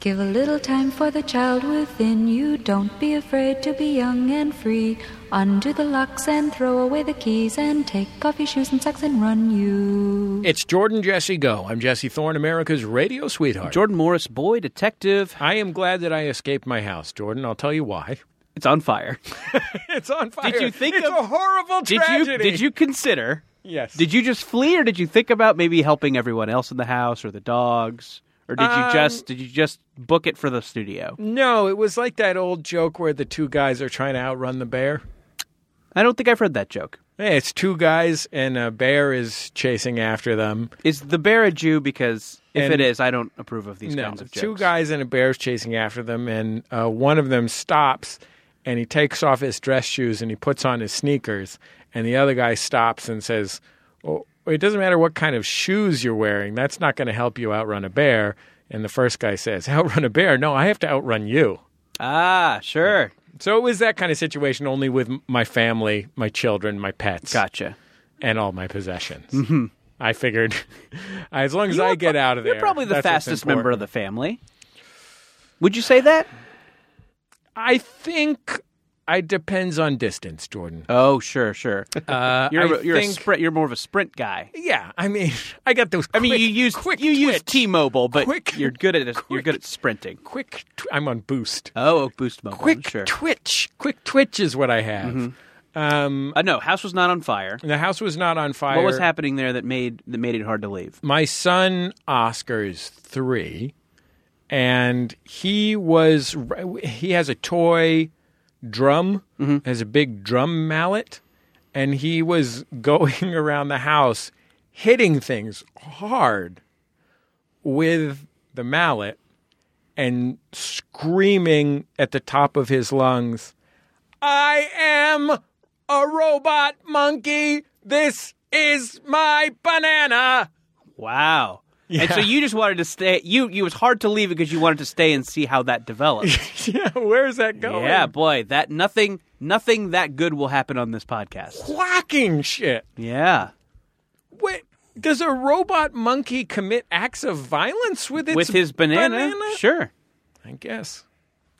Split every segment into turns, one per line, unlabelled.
Give a little time for the child within you. Don't be afraid to be young and free. Undo the locks and throw away the keys and take off your shoes and socks and run you.
It's Jordan Jesse Go. I'm Jesse Thorne, America's radio sweetheart.
Jordan Morris, boy detective.
I am glad that I escaped my house, Jordan. I'll tell you why.
It's on fire.
It's on fire.
you think
it's
of-
a horrible
did
tragedy?
you did you consider?
Yes.
Did you just flee, or did you think about maybe helping everyone else in the house or the dogs, or did
Um,
you just did you just book it for the studio?
No, it was like that old joke where the two guys are trying to outrun the bear.
I don't think I've heard that joke.
Hey, it's two guys and a bear is chasing after them.
Is the bear a Jew? Because if
And-
it is, I don't approve of these
no,
kinds of jokes.
two guys and a bear's chasing after them, and uh, one of them stops and he takes off his dress shoes and he puts on his sneakers, and the other guy stops and says, oh, "It doesn't matter what kind of shoes you're wearing. That's not going to help you outrun a bear." And the first guy says, "Outrun a bear? No, I have to outrun you."
Ah, sure.
So it was that kind of situation, only with m- my family, my children, my pets,
Gotcha.
and all my possessions. Mm-hmm. I figured, as long as I get out of there,
You're probably the
that's what's
fastest member
important.
of the family. Would you say that?
I think it depends on distance, Jordan.
Oh, sure, sure.
Uh,
you're
I
a- you're
think-
a sprint. You're more of a sprint guy.
Yeah, I mean, I got those.
I mean,
quick-
you use
quick
you use
twitch.
T-Mobile, but
Quick-
you're good at you're
quick-
good at sprinting.
Quick, tw- I'm on boost.
Oh, Boost Mobile.
quick
sure.
twitch, quick twitch is what I have. Um,
uh, no, house was not on fire.
the house was not on fire.
What was happening there that made that made it hard to leave?
my son Oscar is three, and he was he has a toy drum, has a big drum mallet, and he was going around the house hitting things hard with the mallet and screaming at the top of his lungs, I am a robot monkey. This is my banana.
Wow. And so
Yeah.
you just wanted to stay. You it was hard to leave because you wanted to stay and see how that developed.
yeah, where's that going?
yeah, boy, that nothing nothing that good will happen on this podcast.
Quacking shit.
Yeah,
Wait, does a robot monkey commit acts of violence with its
with his banana, sure.
I guess.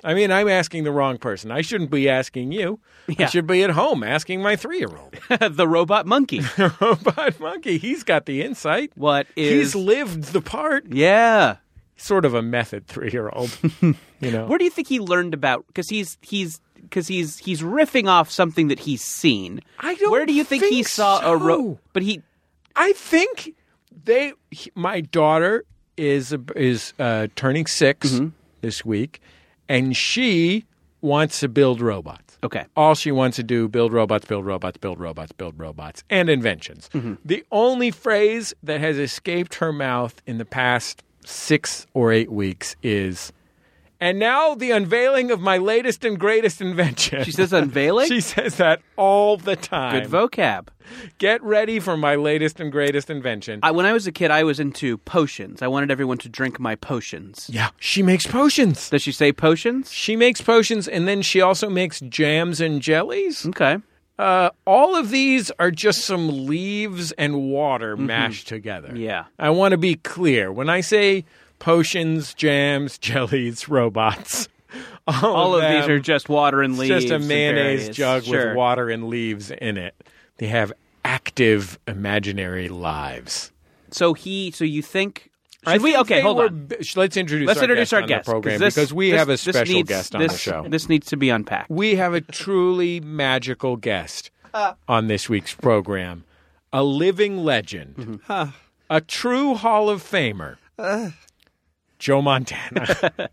I mean, I'm asking the wrong person. I shouldn't be asking you. I
Yeah.
should be at home asking my three year old.
the robot monkey.
robot monkey, he's got the insight.
What is?
He's lived the part.
yeah.
Sort of a method three year old. you know?
Where do you think he learned about? Because he's he's because he's he's riffing off something that he's seen.
I don't
Where do you think, he
think
saw a
so.
ro- But he
I think they. he- my daughter is is uh, turning 6
Mm-hmm.
this week, and she wants to build robots.
okay.
All she wants to do build robots, build robots, build robots, build robots, and inventions.
Mm-hmm.
The only phrase that has escaped her mouth in the past six or eight weeks is, "And now the unveiling of my latest and greatest invention."
She says unveiling.
she says that all the
Good
time.
vocab.
Get ready for my latest and greatest invention.
I, when I was a kid, I was into potions. I wanted everyone to drink my potions.
Yeah, she makes potions.
Does she say potions?
She makes potions, and then she also makes jams and jellies.
Okay.
Uh, all of these are just some leaves and water mashed together.
Mm-hmm. Yeah.
I want to be clear. When I say potions, jams, jellies, robots, all,
All of these
them,
are just water and
it's
leaves.
just a
and
mayonnaise
various-
jug
sure.
with water and leaves in it. They have active imaginary lives.
So he. So you think? Should
I
we?
think
Okay,
they
hold
were
on.
b- sh- Let's introduce
Let's
our
introduce
guest
our
on
guest
the program
this-
because we
this-
have a
this
special
needs-
guest on the
this-
show.
This needs to be unpacked.
we have a truly magical guest on this week's program a living legend, a true Hall of Famer, Joe Montana.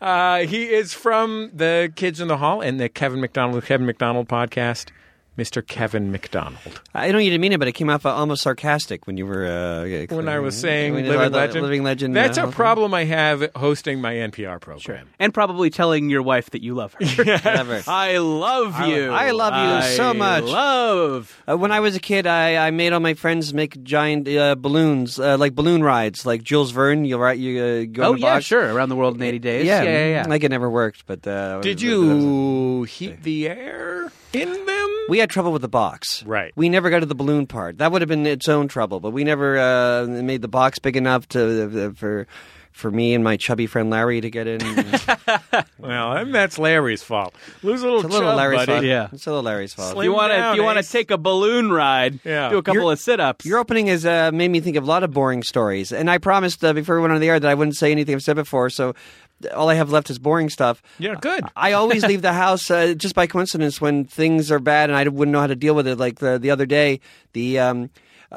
uh, he is from the Kids in the Hall and the Kevin McDonald, Kevin McDonald podcast. Mr. Kevin McDonald.
I know you didn't mean it, but it came off uh, almost sarcastic when you were uh,
When I was saying
when you-
living,
uh,
legend,
living legend.
that's
uh,
a problem I have hosting my NPR program.
And probably telling your wife that you love her.
Whatever.
I love you.
I love you so much.
Love.
Uh, when I was a kid, I, I made all my friends make giant uh, balloons, uh, like balloon rides, like Jules Verne. You'll write you uh, go.
Oh
in a
yeah,
box.
sure. Around the world in eighty days.
Yeah,
yeah, yeah.
Like it never worked, but uh,
Did
that was-
you heat the air in them?
We had trouble with the box.
Right.
We never got to the balloon part. That would have been its own trouble, but we never uh, made the box big enough to for for me and my chubby friend Larry to get in. It's
Well, and that's Larry's fault. Lose a little,
a little
chub, Oh,
Larry's
buddy.
fault.
Yeah.
It's a little Larry's fault.
Slim
you want to
down,
if you want to
Ace.
take a balloon ride,
Yeah.
do a couple
You're-
of sit-ups.
Your opening has uh, made me think of a lot of boring stories, and I promised uh, before we went on the air that I wouldn't say anything I've said before. So all I have left is boring stuff.
Yeah, good.
I always leave the house uh, just by coincidence when things are bad and I wouldn't know how to deal with it. Like the, the other day, the um,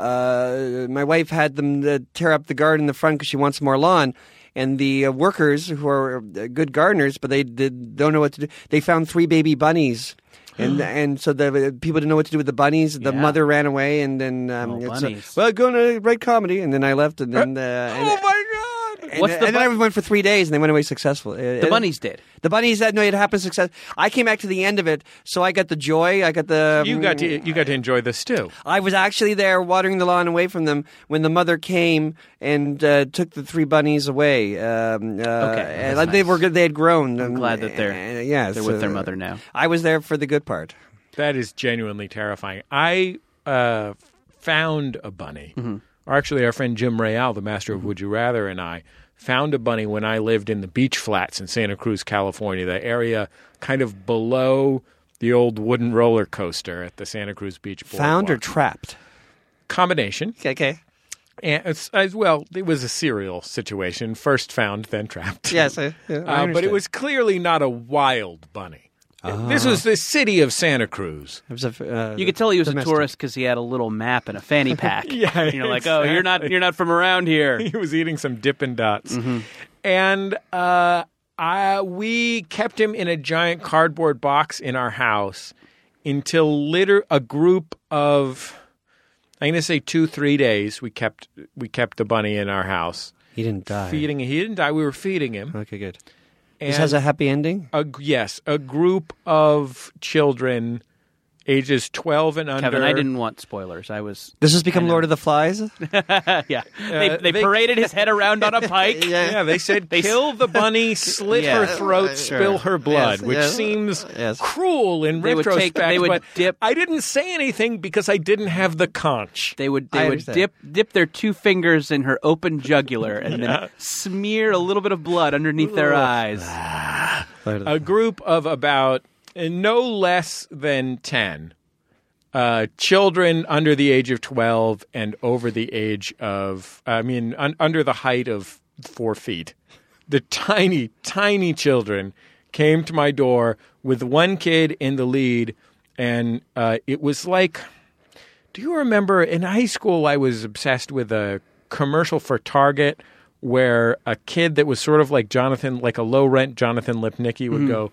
uh, my wife had them uh, tear up the garden in the front because she wants more lawn. And the uh, workers who are uh, good gardeners, but they did, don't know what to do. They found three baby bunnies. And and so the uh, people didn't know what to do with the bunnies. The
Yeah.
mother ran away, and then um,
Oh,
it's, uh,
bunnies.
well, going to write comedy, and then I left, and then uh,
oh
and,
my God!
and,
What's the
and then I
bun-
went for three days, and they went away successful. Uh,
the bunnies did.
The bunnies that no, it happened success. I came back to the end of it, so I got the joy. I got the.
you got to you got to enjoy this too.
I was actually there watering the lawn away from them when the mother came and uh, took the three bunnies away. Um, uh, and
that's
they
nice.
were good. They had grown. I'm
glad that they're-
yeah,
they're with their mother now.
I was there for the good part.
That is genuinely terrifying. I uh, found a bunny.
Mm-hmm.
Or actually, our friend Jim Real, the master of Would You Rather, and I found a bunny when I lived in the beach flats in Santa Cruz, California, the area kind of below the old wooden roller coaster at the Santa Cruz Beach Boardwalk.
Found or trapped?
combination.
Okay, okay.
And it's, as well, it was a serial situation. First found, then trapped.
Yes, I,
Uh,
yeah, I
but it
understand.
was clearly not a wild bunny. This was the city of Santa Cruz.
It was a f- uh,
You could tell he was
domestic.
a tourist because he had a little map and a fanny pack.
Yeah,
you know, like oh, you're not you're not from around here.
he was eating some Dippin' Dots, and uh, I, we kept him in a giant cardboard box in our house until liter a group of I'm going to say two three days. We kept we kept the bunny in our house,
He didn't die.
feeding. He didn't die. We were feeding him.
Okay, good.
And
This has a happy ending.
a g- yes, a group of children, ages twelve and under.
Kevin, I didn't want spoilers. I was
Does this become Lord of the Flies?
yeah.
Uh,
They, they,
they-
paraded his head around on a pike.
Yeah, they said kill the bunny, slit
Yeah.
her throat,
Uh, sure.
spill her blood,
Yes,
which
yes,
seems
yes.
cruel in
They would take-
retrospect.
they would
but
dip-
I didn't say anything because I didn't have the conch.
They would
I
they would
understand.
dip dip their two fingers in her open jugular and then smear a little bit of blood underneath their eyes.
Ah.
Lord of the-
A group of about uh, no less than ten uh, children under the age of twelve and over the age of, I mean, un- under the height of four feet. The tiny, tiny children came to my door with one kid in the lead, and uh, it was like. Do you remember in high school I was obsessed with a commercial for Target where a kid that was sort of like Jonathan, like a low rent Jonathan Lipnicki would go,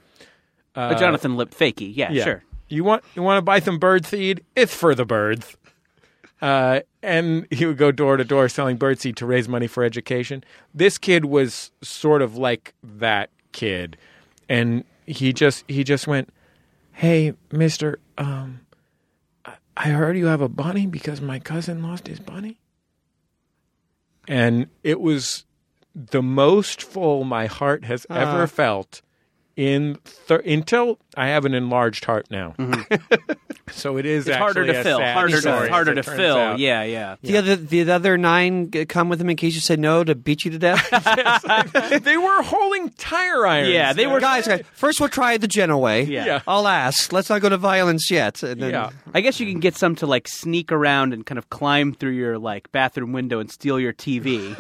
a Jonathan Lip fakey. Yeah,
yeah,
sure.
You want you want to buy some bird seed? It's for the birds. Uh, and he would go door to door selling bird seed to raise money for education. This kid was sort of like that kid, and he just he just went, "Hey, Mister, um, I- I heard you have a bunny because my cousin lost his bunny." And it was the most full my heart has
Ah.
ever felt in thir- until I have an enlarged heart now. so it is
Mm-hmm. It's harder
actually
to
a
fill.
sad
Harder
story,
to
as
harder
it
to
turns
fill.
out.
Yeah, yeah.
The other, the other nine g- come with him in case you say no to beat you to death.
they were holding tire irons.
Yeah, they were
guys, guys, first we'll try it the gentle way.
Yeah.
Yeah.
I'll ask. Let's not go to violence yet. And then,
Yeah.
I guess you can get some to like sneak around and kind of climb through your like bathroom window and steal your TV.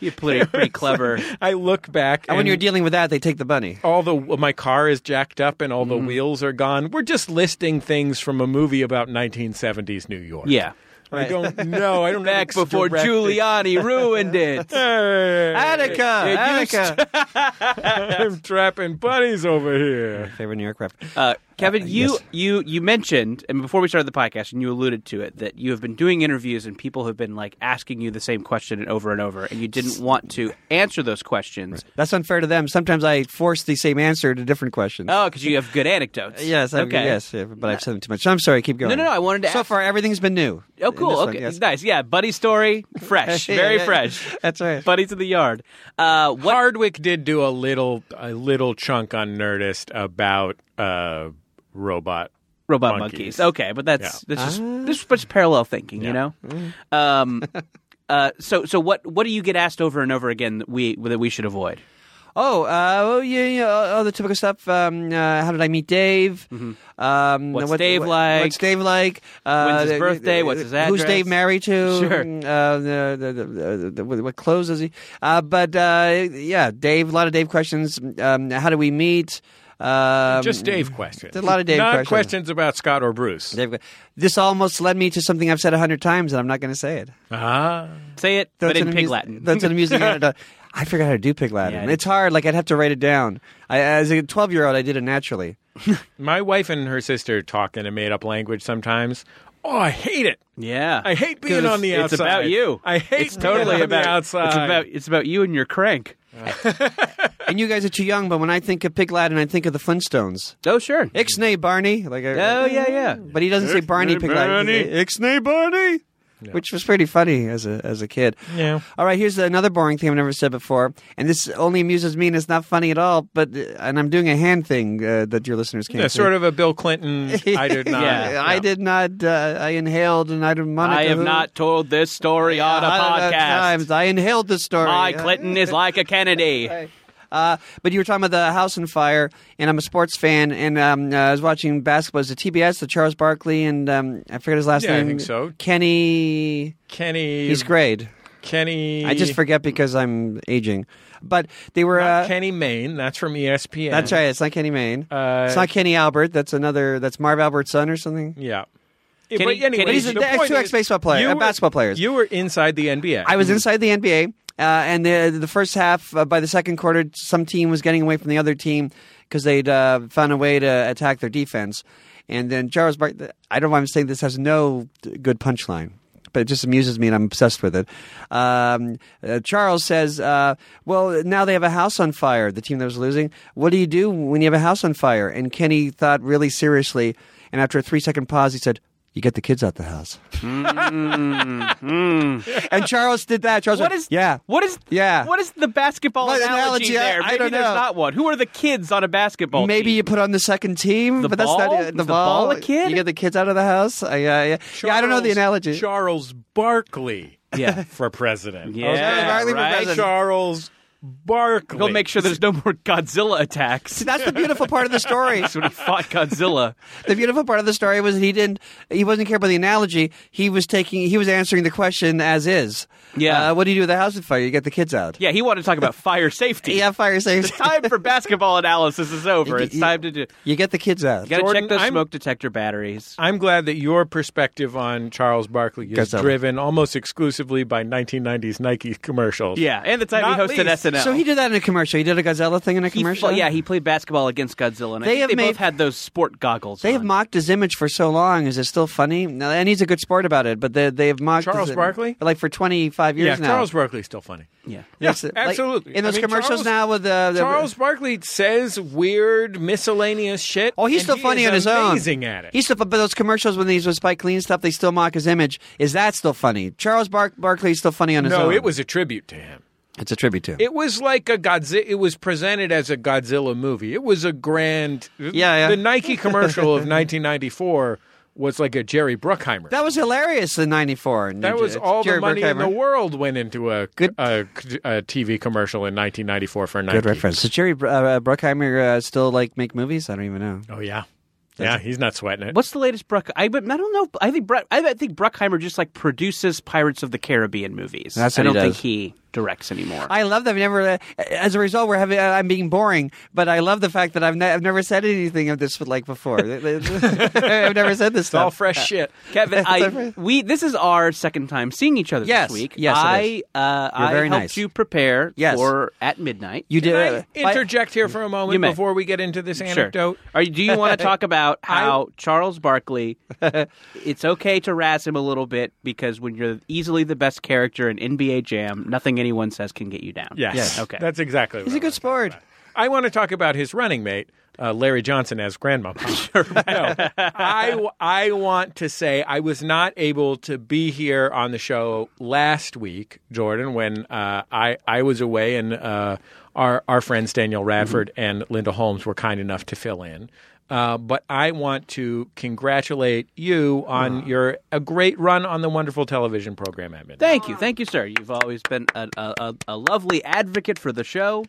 You're pretty, pretty clever.
I look back
And when you're dealing with that, they take the bunny.
Oh,
all the my car is jacked up and all the
Mm-hmm.
wheels are gone. We're just listing things from a movie about 1970s New York.
Yeah.
I don't know. I don't
Back before Giuliani ruined it.
Attica, Attica.
I'm trapping bunnies over here.
Favorite New York rap.
Uh, Kevin, you
yes.
you you mentioned, and before we started the podcast, and you alluded to it, that you have been doing interviews and people have been like asking you the same question over and over, and you didn't want to answer those questions.
That's unfair to them. Sometimes I force the same answer to different questions.
Oh, because you have good anecdotes.
Yes, I,
okay.
yes, yeah, but I've said them too much. I'm sorry. Keep going.
no, no, I wanted to
So
ask-
far, everything's been new.
Oh,
In
cool.
this one,
Okay,
yes.
nice. Yeah, buddy story, fresh, very
Yeah,
fresh.
That's right.
Buddies in the yard. Uh, what?
Hardwick did do a little a little chunk on Nerdist about uh, robot.
robot
monkeys.
Ah. Mm.
monkeys. Okay, but that's that's just this is just parallel thinking, you know. Um, Uh, so so what what do you get asked over and over again that we that we should avoid?
Oh, uh, oh, yeah, yeah, all, all the typical stuff. Um, uh, how did I meet Dave? Um,
Mm-hmm. What's Dave like?
What's Dave like? Uh,
When's his
the-
birthday? What's his
Who's
address?
Dave married to?
Sure.
Uh, the, the, the, the, the- what clothes does he? Uh, but uh, yeah, Dave. A lot of Dave questions. Um, how do we meet? Um,
Just Dave questions.
a lot of Dave
Not
questions.
about Scott or Bruce.
Dave- this almost led me to something I've said a hundred times, and I'm not going to say it.
Ah.
Say it,
That's
but in
an
Pig
amus-
Latin.
That's an amusing anecdote. I forgot how to do pig Latin.
Yeah, I did
it's hard. Like I'd have to write it down. I, as a twelve-year-old, I did it naturally.
My wife and her sister talk in a made up language sometimes. Oh, I hate it.
yeah,
I hate being
'Cause
on the outside.
It's about you.
I hate
It's totally
being on
about
the outside.
It's about it's about you and your crank.
And you guys are too young, but when I think of Pig Latin, I think of the Flintstones.
Oh sure.
Ixnay Barney. Like I,
Oh yeah yeah.
But he doesn't say Barney Pig Latin. He says, Ixnay Barney! Which was pretty funny as a, as a kid.
Yeah.
All right, here's another boring thing I've never said before. And this only amuses me and it's not funny at all. But uh, And I'm doing a hand thing uh, that your listeners can't
Yeah,
see.
sort of a Bill Clinton. I did not.
Yeah.
I did not. Uh, I inhaled and I didn't. Monica,
I have
who-
not told this story on a
Uh,
podcast.
Times. I inhaled the story.
My
Uh,
Clinton is like a Kennedy.
Uh, but you were talking about the House and Fire, and I'm a sports fan, and um, uh, I was watching basketball. It was the TBS, the Charles Barkley, and um, I forget his last
Yeah, I
name.
think so.
Kenny.
Kenny.
He's great.
Kenny.
I just forget because I'm aging. But they were.
Not
Uh,
Kenny Maine. That's from E ESPN.
that's right. It's not Kenny Maine.
Uh,
it's not Kenny Albert. That's another. That's Marv Albert's son or something.
Yeah.
Kenny-
but anyway,
Kenny- But he's
the
an
point
ex-two
is,
ex-baseball player-
you
uh,
were-
basketball players.
You were inside the NBA.
I was
Hmm.
inside the NBA, uh, and the, the first half, uh, by the second quarter, some team was getting away from the other team because they'd uh, found a way to attack their defense. And then Charles Bark, I don't know why I'm saying this has no good punchline. But it just amuses me, and I'm obsessed with it. Um, uh, Charles says, uh, "Well, now they have a house on fire. The team that was losing. What do you do when you have a house on fire?" And Kenny thought really seriously, and after a three-second pause, he said, "You get the kids out the house." and Charles did that. Charles,
What
went,
is
yeah?
What is
Yeah.
What is the basketball
What
analogy,
analogy? I-
there?
I
Maybe
don't
there's
know.
not one. Who are the kids on a basketball?
Maybe
team?
you put on the second team,
The
but that's not
ball?
it.
Is
the,
the
ball.
ball a kid?
You get the kids out of the house. I, uh, yeah, yeah, I don't know the
Charles-
analogy.
Charles Barkley
Yeah.
for president.
Yeah,
Okay?
Barkley for
right?
president.
Charles Barkley.
Go make sure there's no more Godzilla attacks.
See, that's the beautiful part of the story.
That's when he fought Godzilla.
the beautiful part of the story was he didn't. He wasn't care about the analogy. He was taking. He was answering the question as is.
Yeah.
Uh, what do you do with a house with fire? You get the kids out.
Yeah, he wanted to talk about fire safety.
Yeah. Fire
The
safety.
time for basketball analysis is over. It's
You-
time to do. You
you get the kids out.
gotta
Jordan,
check those
I'm-
smoke detector batteries.
I'm glad that your perspective on Charles Barkley is
Godzilla.
driven almost exclusively by 1990s Nike commercials.
Yeah, and the time he
Not
hosted
least.
SNL.
So he did that in a commercial. He did a Godzilla thing in a
He fl-
commercial.
yeah, he played basketball against Godzilla. And I
They
think
have
they
made-
both had those sport goggles.
They have
on.
mocked his image for so long. Is it still funny? No, and he's a good sport about it. But they, they've mocked
Charles
his-
Barkley?
like for twenty five years
Yeah,
now.
Charles Barkley's still funny.
Yeah.
Yes,
Yeah,
like,
absolutely.
in those
I mean,
commercials
Charles-
now with the, the
Charles Barkley says weird, miscellaneous shit.
Oh, he's
and
still
he
funny
is
on his own.
Amazing at it.
He's still, but those commercials when he's with Spike Lee and stuff, they still mock his image. Is that still funny? Charles Bar- Barkley's still funny on his own.
no, it was a tribute to him.
It's a tribute to. him.
It was like a Godzilla. It was presented as a Godzilla movie. It was a grand.
yeah.
The Nike commercial of 1994 was like a Jerry Bruckheimer.
that was hilarious in '94.
That was all
Jerry
the money in
Bruckheimer.
the world went into a,
Good-
a, a TV commercial in 1994 for Nike.
Good reference. Does Jerry Br- uh, Bruckheimer uh, still like make movies? I don't even know.
Oh yeah, yeah. He's not sweating it.
What's the latest Bruck? I, but I don't know. I think Bruck, I think Bruckheimer just like produces Pirates of the Caribbean movies.
That's what
I
he
don't think
does.
he directs anymore.
I love them. Never. uh, As a result, we're having. Uh, I'm being boring, but I love the fact that I've, ne- I've never said anything of this like before. I've never said this
It's all
stuff.
fresh shit.
Kevin,
That's
I,
different.
we this is our second time seeing each other
Yes,
this week.
yes, it
I uh,
You're
I
very
helped
nice.
you prepare
Yes.
for at midnight.
You did. uh,
Can I
by-
interject here for a
You
moment
may.
before we get into this
sure.
anecdote?
Are you- do you want to talk about how Charles Barkley? it's okay to razz him a little bit because when you're easily the best character in NBA Jam, nothing anyone says can get you down.
Yes.
Okay.
That's exactly.
He's a good sport.
I want to talk about his running mate, uh, Larry Johnson, as Grandmama. no, I, w- I want to say I was not able to be here on the show last week, Jordan, when uh, I, I was away and uh, our, our friends Daniel Radford
Mm-hmm.
and Linda Holmes were kind enough to fill in. Uh, but I want to congratulate you on your a great run on the wonderful television program at midnight.
Thank you, thank you, sir. You've always been a, a, a, a lovely advocate for the show.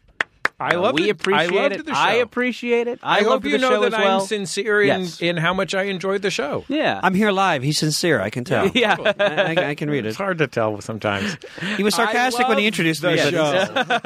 I
Uh,
love
we
it.
appreciate
I loved
it.
The show.
I appreciate it. I,
I
love
hope
the
you know
show
that
as well.
I'm sincere in,
Yes.
in how much I enjoyed the show.
Yeah,
I'm here live. He's sincere. I can tell.
yeah.
I, I, I can read
It's
it.
hard to tell sometimes.
He was sarcastic when he introduced me. but-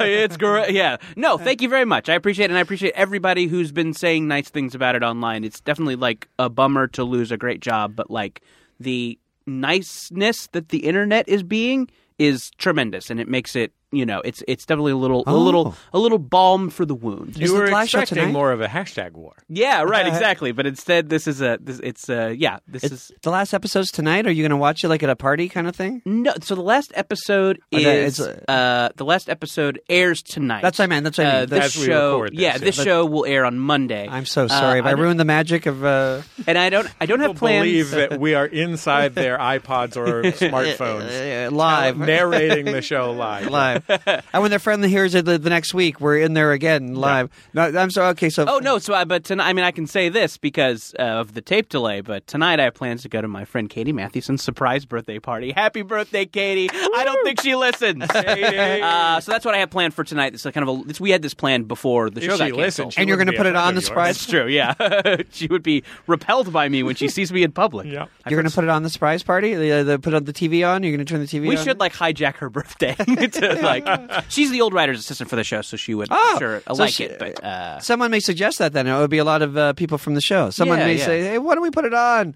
it's great. Yeah. No, thank you very much. I appreciate it. And I appreciate everybody who's been saying nice things about it online. It's definitely like a bummer to lose a great job, but like the niceness that the internet is being is tremendous and it makes it, you know, it's it's definitely a little a little a little balm for the wound.
You
Is
were
it live show
expecting
tonight?
more of a hashtag war.
Yeah, right, exactly. But instead this is a this it's uh yeah, this is
It's- the last episode's tonight. Are you going to watch it like at a party kind of thing?
No, so the last episode
Oh, that-
is
it's,
uh, the last episode airs tonight.
That's what I meant, that's what I
Uh,
mean.
this
As we
show,
record this,
yeah,
yeah.
this
But-
show will air on Monday.
I'm so sorry.
Uh,
Have I, ruined the magic of. Uh,
and I don't, I don't have plans.
Believe that we are inside their iPods or smartphones,
uh, live.
narrating the show live.
live. and when their friend hears it the, the next week, we're in there again live. No, I'm sorry. Okay, so
Oh no! So, I, but tonight, I mean, I can say this because uh, of the tape delay. But tonight, I have plans to go to my friend Katie Matthewson's surprise birthday party. Happy birthday, Katie! I don't think she listens. uh, so that's what I have planned for tonight. It's a kind of a, this, we had this planned before the
If
show got
she
canceled.
listens, she
And you're
wouldn't
gonna
be
put
a
it on
friend
the
of yours.
surprise?
That's true. Yeah, she would be repelled by me when she sees me in public.
Yeah.
I've
you're
heard
going to put it on the surprise party. The, the, put on the TV on. You're going to turn the TV.
We
on?
should like hijack her birthday. to, like, she's the old writer's assistant for the show, Ah, so she would
Oh,
sure
so
like
she-
it. But uh,
Someone may suggest that then. It would be a lot of uh, people from the show. Someone
Yeah,
may
yeah.
say, hey, why don't we put it on?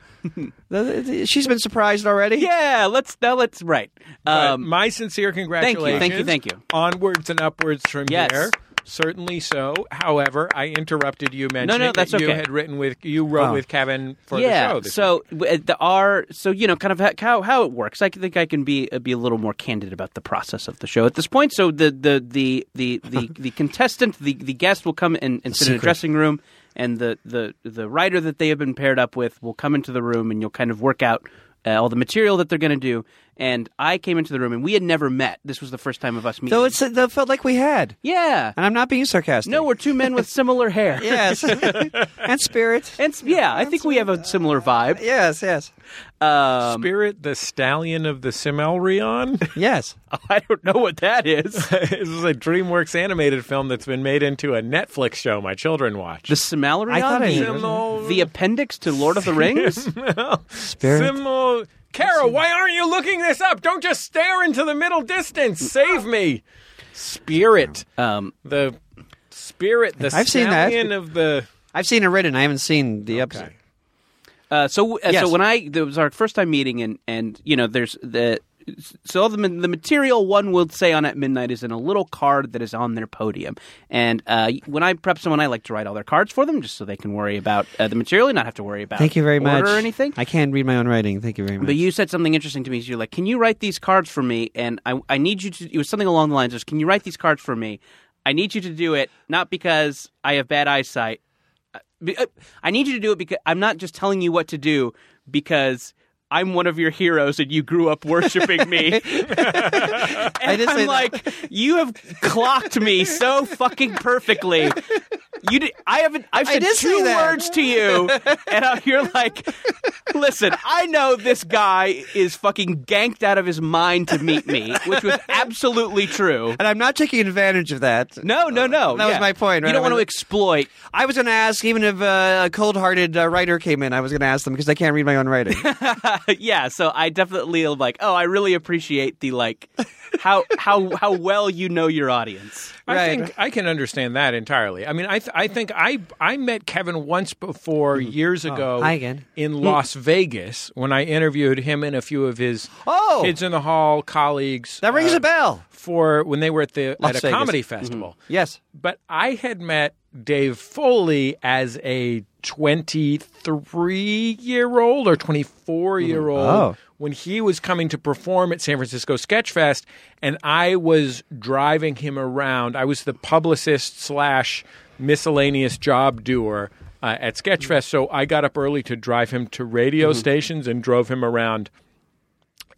The- the- She's been surprised already.
yeah, let's now let's right.
But
Um,
my sincere
thank you,
congratulations.
thank you, thank you.
Onwards and upwards from
Yes.
here. Certainly so. However, I interrupted you mentioning
no, that's
that you
okay.
had written with you wrote
Oh.
with Kevin for
yeah,
the show. This
so w- uh, the R, so you know, kind of ha- how how it works. I think I can be uh, be a little more candid about the process of the show at this point. So the the the the the, the contestant, the the guest, will come and, and sit in a
secret.
dressing room, and the the the writer that they have been paired up with will come into the room, and you'll kind of work out. Uh, all the material that they're going to do, and I came into the room, and we had never met. This was the first time of us meeting.
Though it's, it felt like we had.
yeah,
And I'm not being sarcastic.
no, we're two men with similar hair.
Yes. and spirit.
and s- yeah, I think we have a similar vibe. Um,
Yes, yes.
week. Spirit, the stallion of the Simmelrion.
Yes.
I don't know what that is.
this is a DreamWorks animated film that's been made into a Netflix show my children watch.
The Silmarillion?
I thought I
the,
knew.
Simul-
the appendix to Lord of the Rings?
Spirit.
Simul- Carol, why aren't you looking this up? Don't just stare into the middle distance. Save me. Spirit.
um,
The spirit, the
I've seen that.
stallion of the.
I've seen it written. I haven't seen the episode.
uh, so uh,
Yes.
so when I it was our first time meeting and and you know there's the so all the ma- the material one would say on at midnight is in a little card that is on their podium and uh, when I prep someone I like to write all their cards for them just so they can worry about uh, the material and not have to worry about
Thank you very
order
much.
or anything
I can read my own writing. Thank you very much.
But you said something interesting to me. You're like, "Can you write these cards for me?" And I, I need you to. It was something along the lines of, "Can you write these cards for me?" I need you to do it not because I have bad eyesight. Uh, be- uh, I need you to do it because I'm not just telling you what to do because I'm one of your heroes and you grew up worshiping me.
I did
I'm
say that.
like, you have clocked me so fucking perfectly. You did, I haven't. I've said
did say
two
that.
words to you, and uh, you're like, "Listen, I know this guy is fucking ganked out of his mind to meet me," which was absolutely true.
and I'm not taking advantage of that.
No, no, no.
That was
yeah.
my point,
You
right?
don't want to
I was-
exploit.
I was going to ask, even if uh, a cold-hearted uh, writer came in, I was going to ask them because I can't read my own writing.
yeah, so I definitely am like, oh, I really appreciate the like, how how how well you know your audience.
I
Right.
think I can understand that entirely. I mean, I th- I think I I met Kevin once before years ago
Mm. Oh, hi again.
in Las Vegas when I interviewed him and a few of his
Oh!
kids in the hall colleagues.
That rings
uh,
a bell.
for when they were at the at
Las
a
Vegas. Mm-hmm.
comedy festival.
Yes.
But I had met Dave Foley as a 23 year old or 24 year old
Oh.
when he was coming to perform at San Francisco Sketch Fest, and I was driving him around. I was the publicist slash miscellaneous job doer uh, at Sketchfest, so I got up early to drive him to radio stations and drove him around.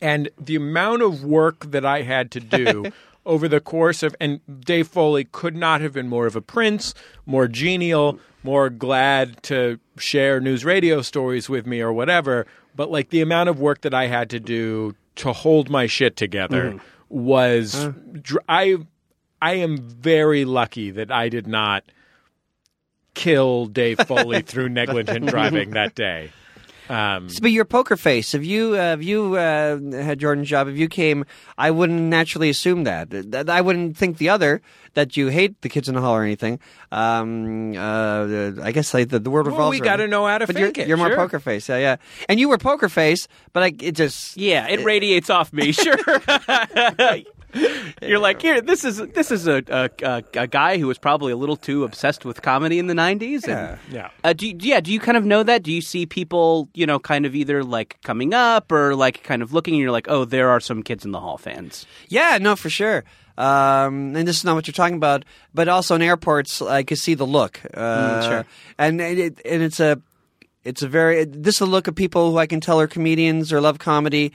And the amount of work that I had to do over the course of, and Dave Foley could not have been more of a prince, more genial, more glad to share news radio stories with me or whatever. But like the amount of work that I had to do to hold my shit together
Mm-hmm.
was, dr- I, I am very lucky that I did not kill Dave Foley through negligent driving that day. Um,
But your poker face. If you uh, if you uh, had Jordan's job, if you came, I wouldn't naturally assume that. Th- I wouldn't think the other that you hate the kids in the hall or anything. Um, uh, I guess like the, the world revolves.
we
around
gotta
it.
know how to
but
fake
you're,
it,
You're more
sure.
poker face. Yeah, yeah. And you were poker face, but I, it just
Yeah, it radiates off me. Sure. You're like here. This is this is a a, a a guy who was probably a little too obsessed with comedy in the '90s. And,
Yeah.
Uh, do you, yeah. Do you kind of know that? Do you see people, you know, kind of either like coming up or like kind of looking, and you're like, oh, there are some kids in the hall fans.
Yeah, no, for sure. Um, and this is not what you're talking about, but also in airports, I could see the look. Uh,
sure.
And and it, and it's a, it's a very this is the look of people who I can tell are comedians or love comedy,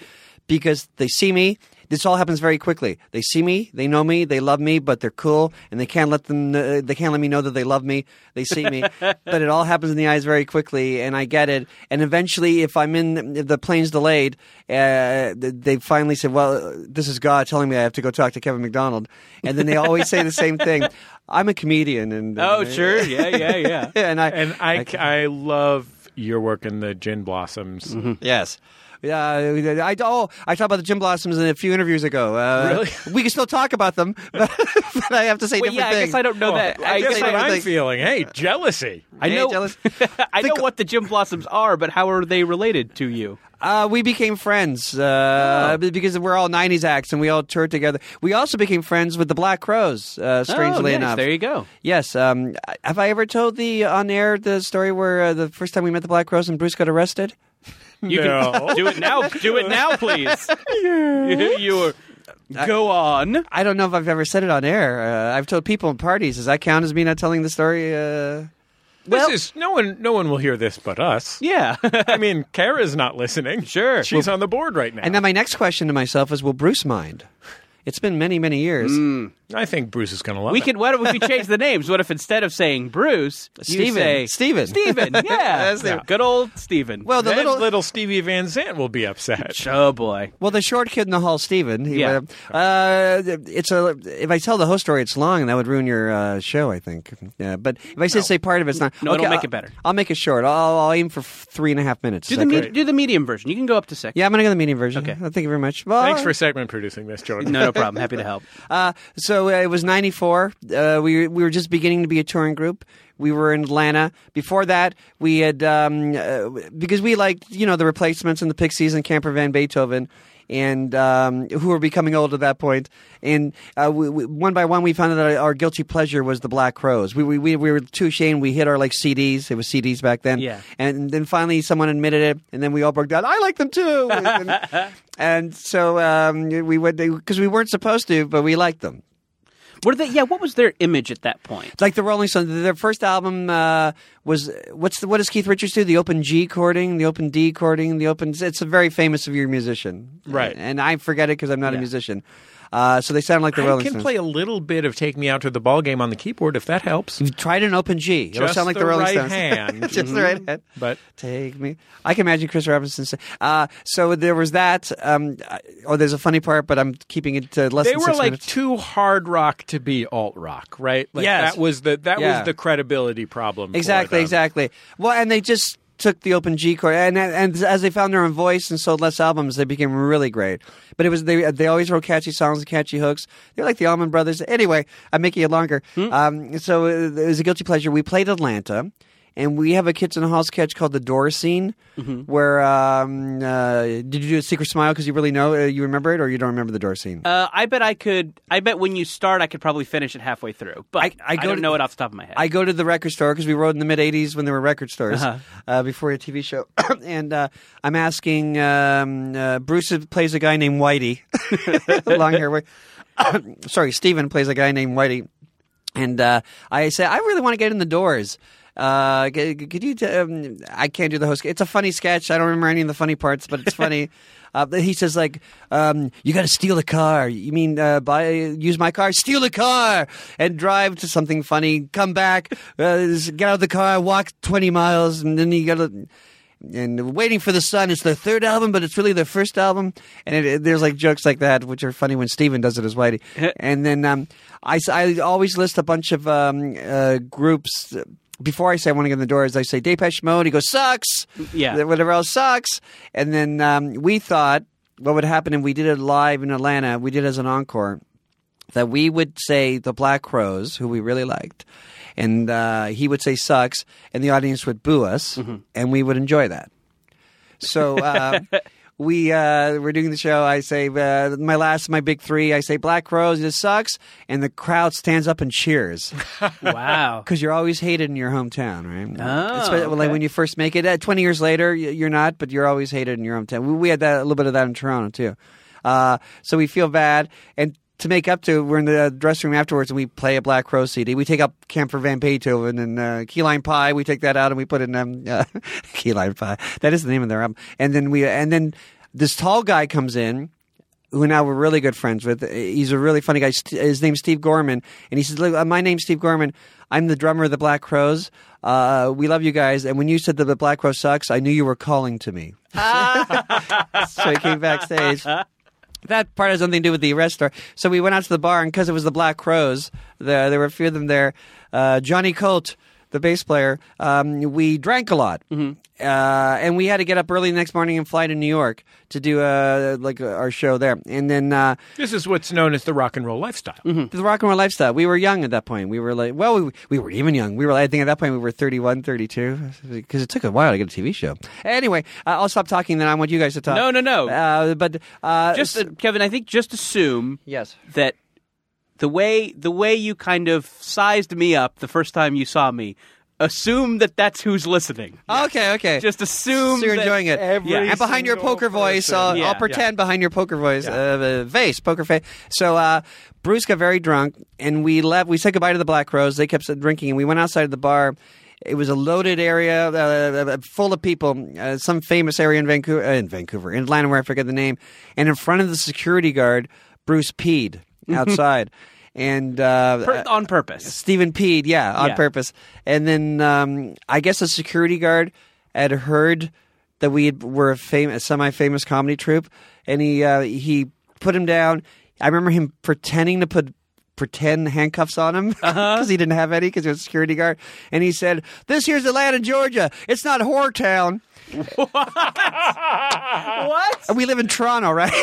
because they see me. This all happens very quickly. They see me, they know me, they love me, but they're cool, and they can't let them. kn- They can't let me know that they love me. They see me, but it all happens in the eyes very quickly, and I get it. And eventually, if I'm in, if the plane's delayed, uh, th- they finally say, "Well, this is God telling me I have to go talk to Kevin McDonald," and then they always say the same thing. I'm a comedian, and
Oh, sure. Yeah, yeah, yeah.
and I
and I, I love your work in the Gin Blossoms. Oh,
Yes. Yeah, I oh, I talked about the Jim Blossoms in a few interviews ago. Uh,
Really?
We can still talk about them, but, but I have to say
Wait,
different
yeah. I
things.
guess I don't know
Oh,
that.
I,
guess
guess
I
what
don't
I'm
think-
feeling. Hey, jealousy.
I
Hey,
know.
jealous.
I know what the Jim Blossoms are, but how are they related to you?
Uh, we became friends
Oh.
uh, b- because we're all '90s acts and we all toured together. We also became friends with the Black Crows. Uh, strangely
Oh, nice.
enough,
there you go.
Yes. Um, have I ever told the on air the story where uh, the first time we met the Black Crows and Bruce got arrested?
You
No.
can do it now. Do it now, please. you, you are, go on.
I don't know if I've ever said it on air. Uh, I've told people in parties. Does that count as me not telling the story? Uh,
This is no one. No one will hear this but us.
Yeah.
I mean, Kara's not listening.
Sure.
she's on the board right now.
And then my next question to myself is, will Bruce mind? It's been many, many years.
Hmm.
I think Bruce is going to love
we
it.
could. What if we could change the names? What if instead of saying Bruce, you
Steven.
say
Steven.
Steven. Yeah.
That's
Yeah.
it.
Good old Steven.
Well, the
Then
little,
little... Stevie Van Zandt will be upset.
oh boy.
well, the short kid in the hall, Steven. he
Yeah.
went, uh, it's a. If I tell the whole story, it's long, and that would ruin your uh, show. I think. Yeah, but if I just say part of it's not,
No, it'll make
I'll-
it better.
I'll make it short. I'll, I'll aim for f- three and a half minutes.
Do
Is
the
that
med-
correct?
do the medium version. You can go up to six.
Yeah, I'm gonna go the medium version.
Okay.
Uh, Thank you very much. Bye.
Thanks for segment producing this, Jordan.
No, no problem. Happy to help.
Uh, so uh, it was '94. Uh, we we were just beginning to be a touring group. We were in Atlanta. Before that, we had um, uh, because we liked you know the replacements and the Pixies and Camper Van Beethoven, and um, who were becoming old at that point. And uh, we, we, one by one, we found out that our guilty pleasure was the Black Crows. We we, we, we were too ashamed. We hid our like CDs. It was CDs back then.
Yeah.
And then finally, someone admitted it, and then we all broke down. I like them too. and, and so um, we went because we weren't supposed to, but we liked them.
What are they? Yeah. What was their image at that point?
Like the Rolling Stones, their first album uh, was what's the, what does Keith Richards do? The open G chording, the open D chording, the open. It's a very famous if you're a musician,
Right.
And I forget it because I'm not
Yeah.
a musician. Uh, so they sound like the
I
Rolling
can
Stones.
play a little bit of "Take Me Out to the Ball Game" on the keyboard if that helps.
Tried an open G. It'll
Just
sound like the,
the
Rolling
right
Stones.
hand. Mm-hmm.
Just the right hand.
But
Take me. I can imagine Chris Robinson. Say, uh, so there was that. Um, I- oh, there's a funny part, but I'm keeping it to less
they
than
were
six
like
minutes.
too hard rock to be alt rock, right? Like
Yes.
that was the that
Yeah.
was the credibility problem. for
Exactly,
them.
exactly. Well, and they just took the open G chord, and and as they found their own voice and sold less albums, they became really great. But it was they they always wrote catchy songs and catchy hooks. They're like the Allman
Hmm?
uh, Brothers. Anyway, I'm making it longer. Um, so it was a guilty pleasure. We played Atlanta. And we have a Kids in the Hall sketch called the door scene,
Mm-hmm.
where um, uh, did you do a secret smile because you really know uh, you remember it or you don't remember the door scene?
Uh, I bet I could. I bet when you start, I could probably finish it halfway through. But I,
I go
don't
to-
know it off the top of my head.
I go to the record store because we rode in the mid '80s when there were record stores uh before a TV show, and uh, I'm asking um, uh, Bruce plays a guy named Whitey, long hair. White- Sorry, Steven plays a guy named Whitey, and uh, I say I really want to get in the doors. Uh, c- c- could you? T- um, I can't do the host. It's a funny sketch. I don't remember any of the funny parts, but it's funny. Uh, but he says like, um, "You got to steal a car. You mean uh, buy? Use my car. Steal a car and drive to something funny. Come back. Uh, just get out of the car. Walk twenty miles, and then you got to." And waiting for the sun. It's their third album, but it's really their first album. And it, it- there's like jokes like that, which are funny when Steven does it as Whitey. and then um, I, s- I always list a bunch of um, uh, groups. Before I say I want to get in the doors, I say Depeche Mode. He goes sucks.
Yeah.
Then whatever else sucks. And then um, we thought what would happen, and we did it live in Atlanta. We did it as an encore that we would say the Black Crows, who we really liked, and uh, he would say sucks, and the audience would boo us, and we would enjoy that. So uh, we uh, we're doing the show. I say uh, my last, my big three. I say Black Crows, it sucks, and the crowd stands up and cheers
wow.
because you're always hated in your hometown, right?
Oh,
It's- well, like
okay.
when you first make it. Uh, Twenty years later, y- you're not, but you're always hated in your hometown. We, we had that a little bit of that in Toronto too, uh, so we feel bad and. To make up to, we're in the dressing room afterwards, and we play a Black Crow CD. We take up Camper Van Beethoven and uh, Key Lime Pie. We take that out and we put in um, uh, Key Lime Pie. That is the name of their album. And then we, and then this tall guy comes in, who now we're really good friends with. eh, He's a really funny guy. St- eh, His name's Steve Gorman, and he says, "Look, uh, my name's Steve Gorman. I'm the drummer of the Black Crows. Uh, we love you guys. And when you said that the Black Crow sucks, I knew you were calling to me." so he came backstage. That part has nothing to do with the arrest story. So we went out to the bar, and because it was the Black Crows, there there were a few of them there. Uh, Johnny Colt, the bass player, um, we drank a lot,
Mm-hmm.
uh, and we had to get up early the next morning and fly to New York to do uh, like uh, our show there. And then uh,
This is what's known as the rock and roll lifestyle.
Hmm.
the rock and roll lifestyle. We were young at that point. We were like, well, we, we were even young. We were, I think at that point we were 31, 32, because it took a while to get a TV show. Anyway, uh, I'll stop talking. Then I want you guys to talk.
No, no, no.
Uh, but uh,
Just uh, Kevin, I think just assume
yes.
that the way the way you kind of sized me up the first time you saw me, assume that that's who's listening.
Okay, okay.
Just assume
so you're
that-
enjoying it.
every
and behind your
single
poker voice,
person.
uh, I'll,
Yeah,
I'll pretend behind your poker voice, uh, uh, face, poker face. So uh, Bruce got very drunk, and we left. We said goodbye to the Black Rose. They kept drinking, and we went outside of the bar. It was a loaded area, uh, full of people. Uh, some famous area in Vancouver, uh, in Vancouver, in Atlanta, where I forget the name. And in front of the security guard, Bruce peed outside, and uh,
Per- on purpose.
Stephen peed, yeah, on
Yeah.
purpose. And then um, I guess a security guard had heard that we had, were a, fam- a semi-famous comedy troupe, and he uh, he put him down. I remember him pretending to put pretend handcuffs on him because he didn't have any because he was a security guard, and he said, "This here's Atlanta, Georgia. It's not whore town.
What?
And we live in Toronto, right?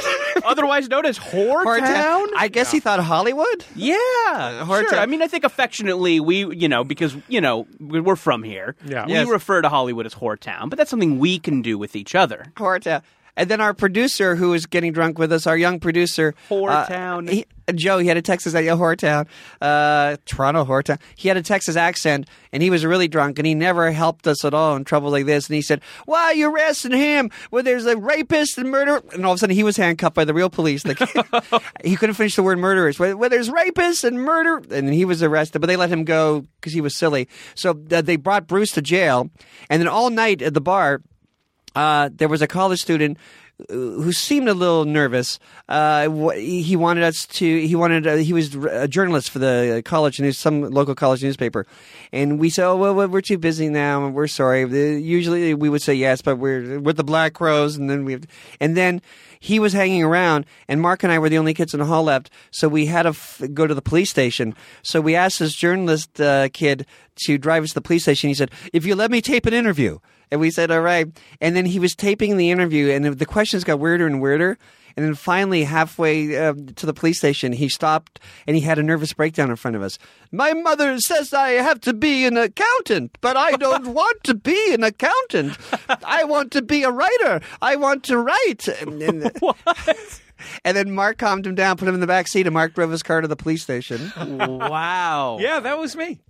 Otherwise known as Uh, whore
Whore
town.
I guess he thought Hollywood.
Yeah,
hard
sure.
to-
I mean, I think affectionately, we you know because you know we- we're from here.
Yeah.
we
Yes.
refer to Hollywood as whore town, but that's something we can do with each other.
Horta. And then our producer, who was getting drunk with us, our young producer,
Hortown.
uh, he- Joe, he had a Texas yeah, Hortown, uh, Toronto Hortown. He had a Texas accent, and he was really drunk, and he never helped us at all in trouble like this. And he said, "Why are you arresting him? Well, there's a rapist and murderer." And all of a sudden, he was handcuffed by the real police. Like he couldn't finish the word murderers. Well, well, there's rapists and murder, and he was arrested, but they let him go because he was silly. So uh, they brought Bruce to jail, and then all night at the bar uh, there was a college student uh, who seemed a little nervous. Uh, wh- he wanted us to. He wanted. Uh, he was a journalist for the college news, some local college newspaper, and we said, "Oh, well, well, we're too busy now, and we're sorry." The- Usually, we would say yes, but we're with the Black Crows, and then we, and then he was hanging around, and Mark and I were the only kids in the hall left, so we had to f- go to the police station. So we asked this journalist uh, kid to drive us to the police station. He said, "If you let me tape an interview." And we said, all right. And then he was taping the interview, and the questions got weirder and weirder. And then finally, halfway uh, to the police station, he stopped and he had a nervous breakdown in front of us. My mother says I have to be an accountant, but I don't want to be an accountant. I want to be a writer. I want to write. And, and, and then Mark calmed him down, put him in the back seat, and Mark drove his car to the police station.
wow.
Yeah, that was me.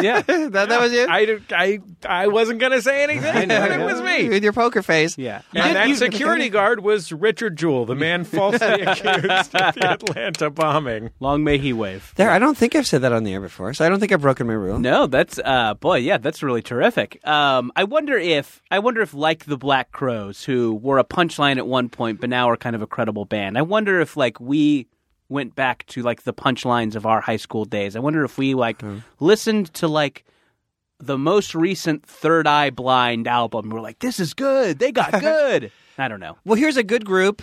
Yeah.
that, that was you?
I, did- I, I wasn't going to say anything, but it was me.
With your poker face.
Yeah.
And
You
that
did- you-
security guard was Richard Jewell, the man falsely accused of the Atlanta bombing.
Long may he wave.
There, I don't think I've said that on the air before, so I don't think I've broken my rule.
No, that's uh boy, yeah, that's really terrific. Um I wonder if I wonder if like the Black Crows who were a punchline at one point but now are kind of a credible band. I wonder if like we went back to like the punchlines of our high school days. I wonder if we like
Hmm.
listened to like the most recent Third Eye Blind album. We're like, this is good. They got good. I don't know.
Well, here's a good group,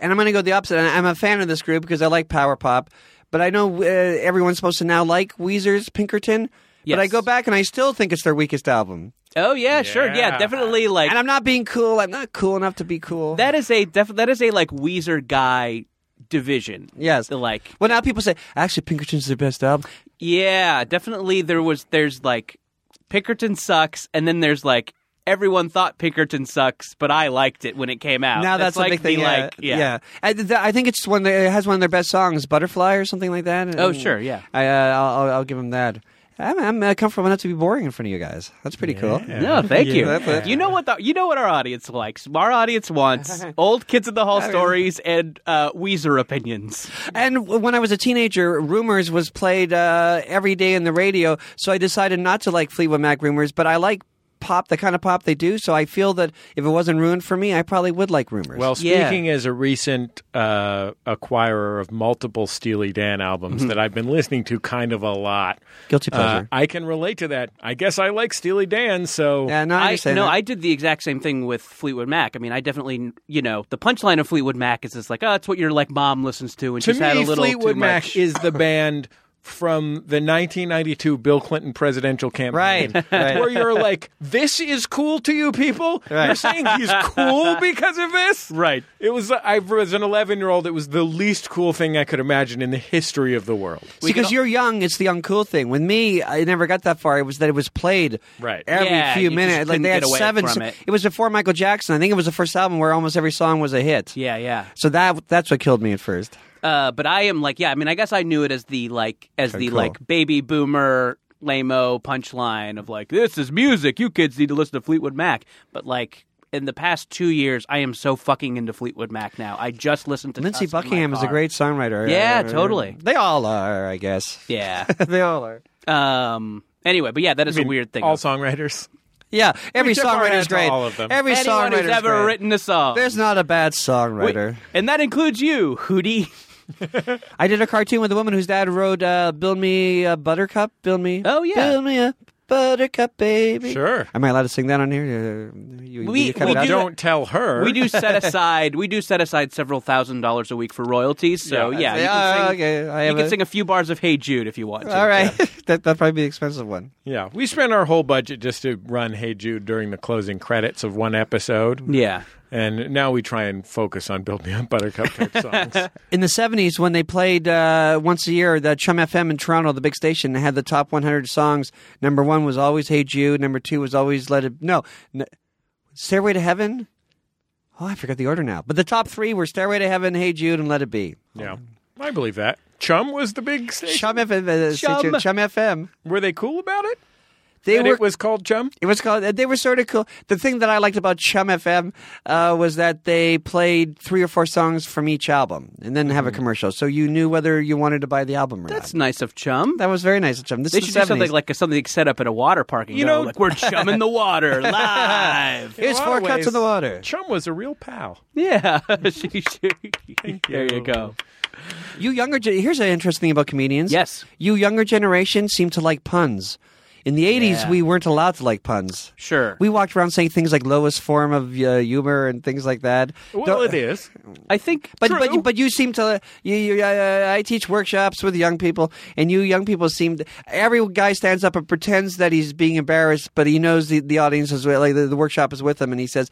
and I'm going to go the opposite. I- I'm a fan of this group because I like power pop, but I know uh, everyone's supposed to now like Weezer's Pinkerton.
Yes.
But I go back and I still think it's their weakest album.
Oh yeah, sure, yeah,
Yeah.
definitely. Like
And I'm not being cool. I'm not cool enough to be cool.
that is a def- that is a like Weezer guy division.
yes.
The, like
Well, now people say actually Pinkerton's their best album.
Yeah, definitely. There was there's like Pinkerton sucks, and then there's like everyone thought Pinkerton sucks, but I liked it when it came out.
now that's, the
Oh, like
big thing.
the,
yeah,
like yeah.
I, th- I think it's one. That, it has one of their best songs, "Butterfly" or something like that.
Oh,
and
sure, yeah.
I, uh, I'll, I'll- I'll give them that. I'm, I'm uh, comfortable enough to be boring in front of you guys. That's pretty cool.
No, thank you.
Yeah, that's-
You know what the, you know what our audience likes. Our audience wants old kids in the hall stories and uh, Weezer opinions.
And w- when I was a teenager, Rumors was played uh, every day in the radio, so I decided not to like Fleetwood Mac Rumors, but I like pop, the kind of pop they do, so I feel that if it wasn't ruined for me, I probably would like Rumors.
Well,
Yeah.
speaking as a recent uh, acquirer of multiple Steely Dan albums
Mm-hmm.
that I've been listening to kind of a lot,
Guilty
uh,
pleasure.
I can relate to that. I guess I like Steely Dan, so
yeah, no, I
I
understand
no,
that.
I did the exact same thing with Fleetwood Mac. I mean, I definitely you know the punchline of Fleetwood Mac is it's like oh, it's what your like mom listens to, and
to
she's had a
me,
little
Fleetwood
too
Mac
much.
is the band from the 1992 Bill Clinton presidential campaign,
Right, right.
Where you're like, "This is cool to you people." You're saying he's cool because of this,
Right.
It was. I was an 11 year old. It was the least cool thing I could imagine in the history of the world.
because you're young, it's the uncool thing. With me, I never got that far. It was that it was played
Right.
every
Yeah, you
few
just
minutes. Like
couldn't
they had
get away
seven.
from
so-
it.
was before Michael Jackson. I think it was the first album where almost every song was a hit.
yeah, yeah.
So that that's what killed me at first.
Uh, but I am like, yeah. I mean, I guess I knew it as the like, as the
cool.
like baby boomer lameo punchline of like, this is music. You kids need to listen to Fleetwood Mac. But like in the past two years, I am so fucking into Fleetwood Mac now. I just listened to
Lindsey
Tusk in my
Buckingham is a
car.
great songwriter.
Yeah,
Uh,
totally.
They all are, I guess.
Yeah.
they all are.
um. Anyway, but yeah, that is
I mean,
a weird thing.
All songwriters.
Yeah, every
tip our hat
songwriter's
to
great.
all of them.
Every
Anyone
songwriter's
who's ever
great.
written a song,
There's not a bad
Wait,
songwriter.
and that includes you, Hootie.
I did a cartoon with a woman whose dad wrote uh, "Build Me a Buttercup." Build me.
Oh, yeah.
Build me a buttercup, baby.
Sure.
Am I allowed to sing that on here? Uh, You,
We-
you cut
we
it out?
do-
Don't tell her.
We do set aside we do set aside several thousand dollars a week for royalties. So yeah,
Yeah,
you can,
oh,
sing,
okay, I
you
have
can
a-
sing a few bars of Hey Jude if you want. To.
All right, that that'd probably be the expensive one.
Yeah, we spent our whole budget just to run Hey Jude during the closing credits of one episode,
Yeah.
and now we try and focus on Build Me a Buttercup type songs.
in the 70s when they played uh, once a year the chum fm in toronto the big station had the top 100 songs number one was always hey jude number two was always let it no N- stairway to heaven oh i forgot the order now but the top three were stairway to heaven hey jude and let it be
yeah, I believe that. Chum was the big station.
chum fm uh,
Chum.
station- chum fm
Were they cool about it?
they
that
were
it was called Chum.
It was called. They were sort of cool. The thing that I liked about Chum FM uh, was that they played three or four songs from each album, and then have a commercial, so you knew whether you wanted to buy the album or
That's
not.
nice of Chum.
That was very nice of Chum. This
they
is
should
the
do
70s.
something like something set up at a water park. And
You
go,
know-
like we're chumming the water live.
Here's
In a
four
lot of
cuts
ways,
in the water.
Chum was a real pal.
yeah. She- she- there you
you.
go.
You younger, gen- here's an interesting thing about comedians.
Yes.
you younger generation seem to like puns. In the 80s,
Yeah.
we weren't allowed to like puns.
Sure.
We walked around saying things like lowest form of uh, humor and things like that.
Well,
Don't-
it is.
I think
But,
True.
but but you seem to you, you uh, I teach workshops with young people and you young people seem to, every guy stands up and pretends that he's being embarrassed but he knows the, the audience is with- like the, the workshop is with him and he says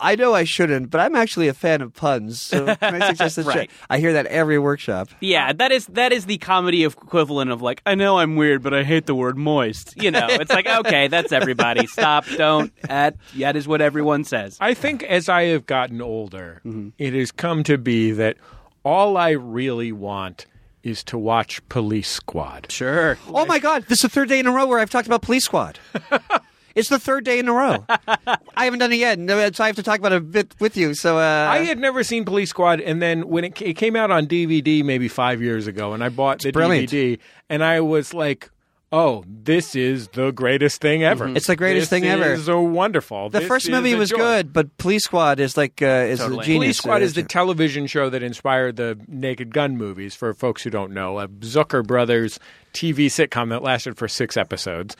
I know I shouldn't but I'm actually a fan of puns so can I suggest this
Right.
I hear that every workshop
Yeah, that is that is the comedy of- equivalent of like I know I'm weird, but I hate the word moist. You know, it's like okay, that's everybody. Stop, don't. At, that is what everyone says.
I think as I have gotten older,
Mm-hmm.
it has come to be that all I really want is to watch Police Squad.
Sure.
Oh my God! This is the third day in a row where I've talked about Police Squad. it's the third day in a row. I haven't done it yet, no, so I have to talk about it a bit with you. So, uh,
I had never seen Police Squad, and then when it, ca- it came out on DVD maybe five years ago, and I bought the
brilliant.
DVD, and I was like, "Oh, this is the greatest thing ever!
It's the greatest
This
thing ever."
Is so wonderful.
the
This
first
is
movie
a
was
joy.
good, but Police Squad is like uh, is
Totally.
genius.
Police Squad is the
Uh,
television show that inspired the Naked Gun movies. For folks who don't know, a Zucker Brothers TV sitcom that lasted for six episodes.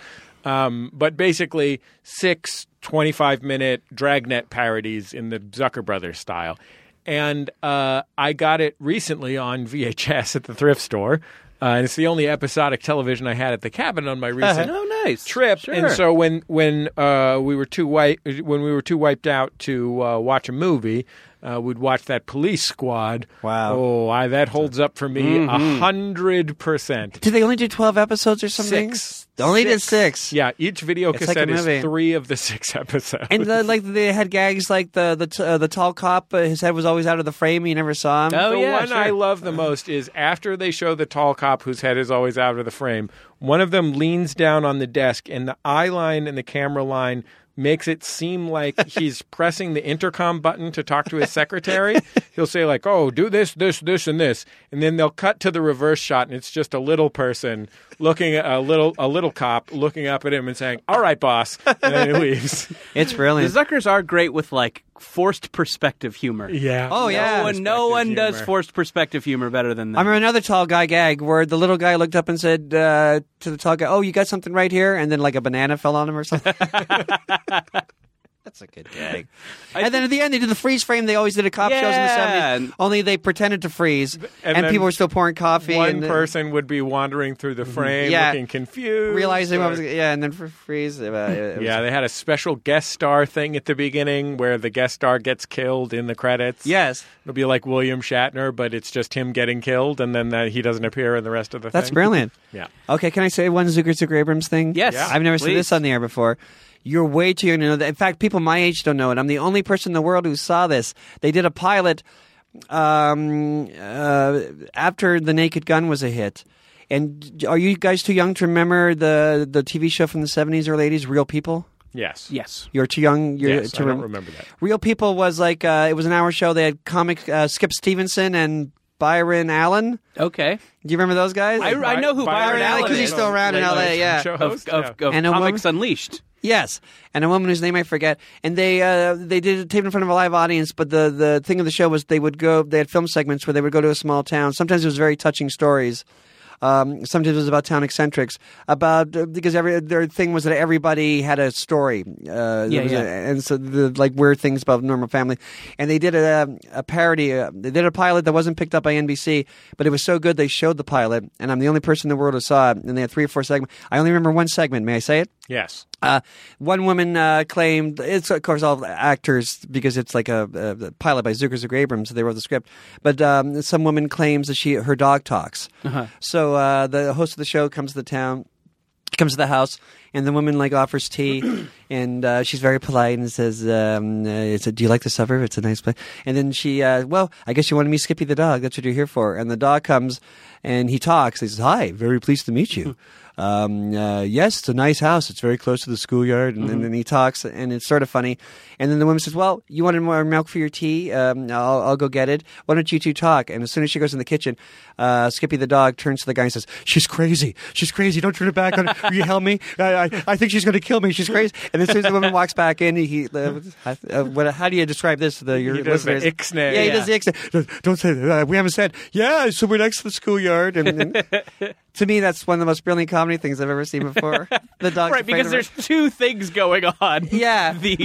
Um, but basically, six 25 minute dragnet parodies in the Zucker Brothers style. And uh, I got it recently on VHS at the thrift store. Uh, and it's the only episodic television I had at the cabin on my recent
Oh, nice
trip.
Sure.
And so when when uh, we were too white when we were too wiped out to uh, watch a movie, uh, we'd watch that Police Squad.
Wow.
Oh, I, that holds up for me a hundred percent.
Did they only do twelve episodes or something?
Six.
They only did six.
Yeah, each video
It's like a
cassette
movie.
is three of the six episodes.
And the, like they had gags like the the t- uh, the tall cop, uh, his head was always out of the frame. You never saw him.
Oh,
the
yeah,
one
sure.
I love the most is after they show the tall cop whose head is always out of the frame, one of them leans down on the desk and the eye line and the camera line makes it seem like he's pressing the intercom button to talk to his secretary. He'll say like, "Oh, do this, this, this and this." And then they'll cut to the reverse shot and it's just a little person looking at a little a little cop looking up at him and saying, "All right, boss." And then he leaves.
It's
the
brilliant.
Zuckers are great with like forced perspective humor.
Yeah.
Oh yeah.
No one, no one does
humor.
forced perspective humor better than
I
that.
remember another tall guy gag where the little guy looked up and said uh, to the tall guy, "Oh, you got something right here," and then like a banana fell on him or something. That's a good gag. and then at the end, they did the freeze frame. They always did a cop shows in the
Yeah.
seventies. Only they pretended to freeze, and,
then
people were still pouring coffee.
One
and,
person would be wandering through the frame,
Mm-hmm. Yeah.
looking confused,
realizing what
or-
was yeah, and then for freeze. uh, it was-
Yeah, they had a special guest star thing at the beginning where the guest star gets killed in the credits.
Yes,
It'll be like William Shatner, but it's just him getting killed, and then that he doesn't appear in the rest of the
that's
thing.
brilliant.
Yeah.
Okay, can I say one Zucker Zucker Abrams thing?
Yes, Yeah.
I've never seen this
please.
on the air before. You're way too young to know that. In fact, people my age don't know it. I'm the only person in the world who saw this. They did a pilot um, uh, after The Naked Gun was a hit. And are you guys too young to remember the, the TV show from the 70s, early 80s, Real People?
Yes.
yes.
You're too young. You're
Yes,
to
I don't
rem-
remember that.
Real People was like uh, it was an hour show. They had comic uh, Skip Stevenson and Byron Allen.
Okay.
Do you remember those guys?
I, I know who
Byron
Byron,
Allen,
Allen
'cause he's
is.
still
around in
Like,
LA,
like,
yeah.
Show
Of,
host,
of,
yeah.
of
And a
Comics Unleashed.
Yes, and a woman whose name I forget. And they uh, they did a tape in front of a live audience. But the the thing of the show was they would go. They had film segments where they would go to a small town. Sometimes it was very touching stories. Um, sometimes it was about town eccentrics. About uh, because every their thing was that everybody had a story. Uh,
Yeah,
it was
yeah.
a- and so the like weird things about normal family. And they did a, a parody. Uh, they did a pilot that wasn't picked up by NBC, but it was so good they showed the pilot. And I'm the only person in the world who saw it. And they had three or four segments. I only remember one segment. May I say it?
Yes.
Uh, one woman uh, claimed it's of course all actors because it's like a, a pilot by Zucker Zucker Abrams, so they wrote the script. But um, some woman claims that she her dog talks. So uh, the host of the show comes to the town, comes to the house, and the woman like offers tea, and uh, she's very polite and says, um, uh, it's a, "Do you like the suburb? It's a nice place." And then she, uh, well, I guess you wanted me Skippy the dog. That's what you're here for. And the dog comes and he talks. He says, "Hi, very pleased to meet you." um, uh, yes, it's a nice house. It's very close to the schoolyard. And, and then he talks, and it's sort of funny. And then the woman says, Well, you wanted more milk for your tea? Um, I'll, I'll go get it. Why don't you two talk? And as soon as she goes in the kitchen, uh, Skippy the dog turns to the guy and says, She's crazy. She's crazy. Don't turn her back on her. Will you help me? I, I, I think she's going to kill me. She's crazy. And as soon as the woman walks back in, he, uh, uh, what, how do you describe this to the, your
He does the
listeners?
ixnay.
Yeah, he
Yeah.
does the ixnay. Don't say that. Uh, We haven't said, Yeah, so we're next to the schoolyard. And, and to me, that's one of the most brilliant comedy things I've ever seen before. the dog's
right,
afraid
because
of
there's two things going on.
Yeah.
the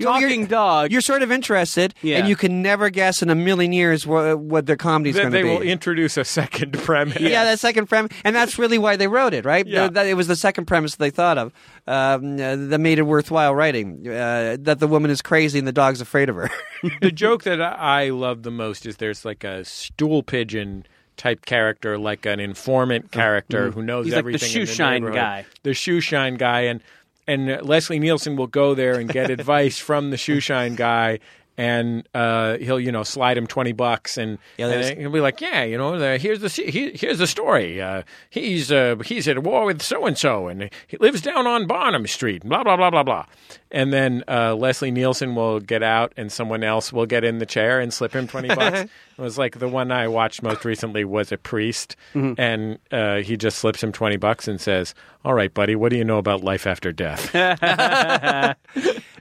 Well, you're-
talking dog.
You're sort of interested,
Yeah.
and you can never guess in a million years what, what their comedy's
Then
going to
they
be.
will introduce a second premise.
Yeah, that second premise, and that's really why they wrote it, right?
Yeah.
That- it was the second premise they thought of um, uh, that made it worthwhile writing. Uh, that the woman is crazy and the dog's afraid of her.
the joke that I I love the most is there's like a stool pigeon type character, like an informant character who knows
Uh, mm-hmm. He's like the
everything. in
shoe shine
neighborhood.
guy.
The shoe shine guy, and and uh, Leslie Nielsen will go there and get advice from the shoe shine guy. And uh, he'll, you know, slide him twenty bucks, and,
Yeah,
and
there's-
he'll be like, "Yeah, you know, the, here's the se- he, here's the story. Uh, he's uh, he's at war with so and so, and he lives down on Barnum Street. Blah blah blah blah blah." And then uh, Leslie Nielsen will get out, and someone else will get in the chair and slip him twenty bucks. it was like the one I watched most recently was a priest, and uh, he just slips him twenty bucks and says, "All right, buddy, what do you know about life after death?"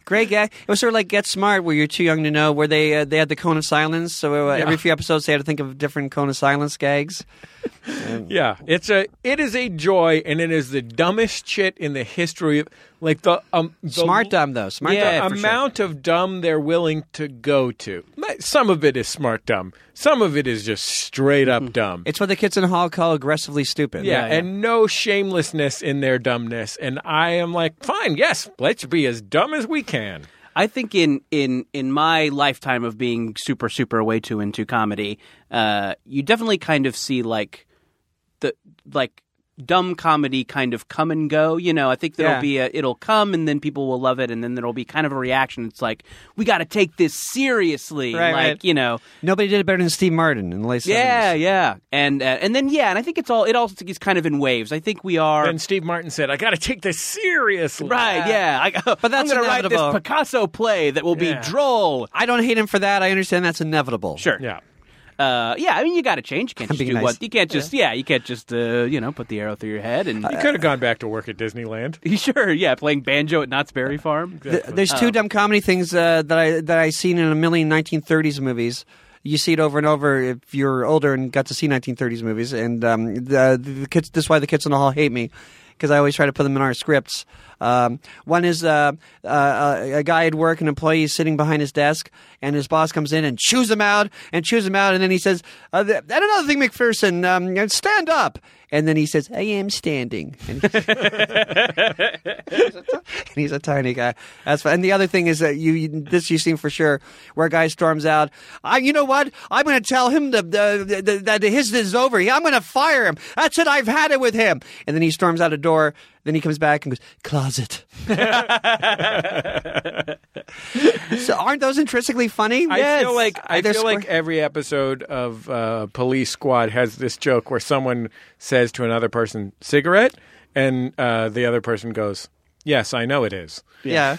Great gag. It was sort of like Get Smart, where you're too young to know. Where they uh, they had the cone of silence, so uh, every few episodes they had to think of different cone of silence gags.
yeah, it's a it is a joy, and it is the dumbest shit in the history of like the um the
Smart dumb though, smart
Yeah,
dumb.
for sure.
amount of dumb they're willing to go to. Like, Some of it is smart dumb. Some of it is just straight up dumb.
It's what the kids in Hall call aggressively stupid.
yeah, and no shamelessness in their dumbness. And I am like, fine, yes, let's be as dumb as we can.
I think in in in my lifetime of being super super way too into comedy, uh, you definitely kind of see like the like dumb comedy kind of come and go. You know, I think there'll
Yeah.
be a it'll come and then people will love it, and then there'll be kind of a reaction. It's like we got to take this seriously,
Right,
like
right.
you know,
Nobody did it better than Steve Martin in the late 70s.
yeah, yeah, and uh, and then yeah, and I think it's all it all is kind of in waves. I think we are.
And Steve Martin said, I got to take this seriously.
Right, yeah. I, but
that's
I'm gonna write
inevitable.
this Picasso play that will
Yeah.
be droll.
I don't hate him for that. I understand that's inevitable.
Sure.
Yeah.
Uh, yeah, I mean, you got to change. You can't just
Being
do
nice.
what you can't just. Yeah, Uh, you can't just uh, you know put the arrow through your head and.
He could have gone back to work at Disneyland.
Sure, yeah, playing banjo at Knott's Berry Farm.
Th- There's two dumb comedy things uh, that I that I seen in a million 1930s movies. You see it over and over if you're older and got to see 1930s movies. And um, the, the kids, this is why the kids in the hall hate me because I always try to put them in our scripts. Um, one is uh, uh, a guy at work, an employee is sitting behind his desk, and his boss comes in and chews him out and chews him out, and then he says, uh, th- "And another thing, McPherson, um, stand up." And then he says, "I am standing." And and he's a tiny guy. That's fine. And the other thing is that you, you this you seen for sure, where a guy storms out. I, you know what? I'm going to tell him the, the, the, that his is over. I'm going to fire him. That's it. I've had it with him. And then he storms out a door. Then he comes back and goes closet. so aren't those intrinsically funny?
I feel like I
They're
feel
square-
like every episode of uh, Police Squad has this joke where someone says to another person, "Cigarette," and uh, the other person goes, "Yes, I know it is."
yeah,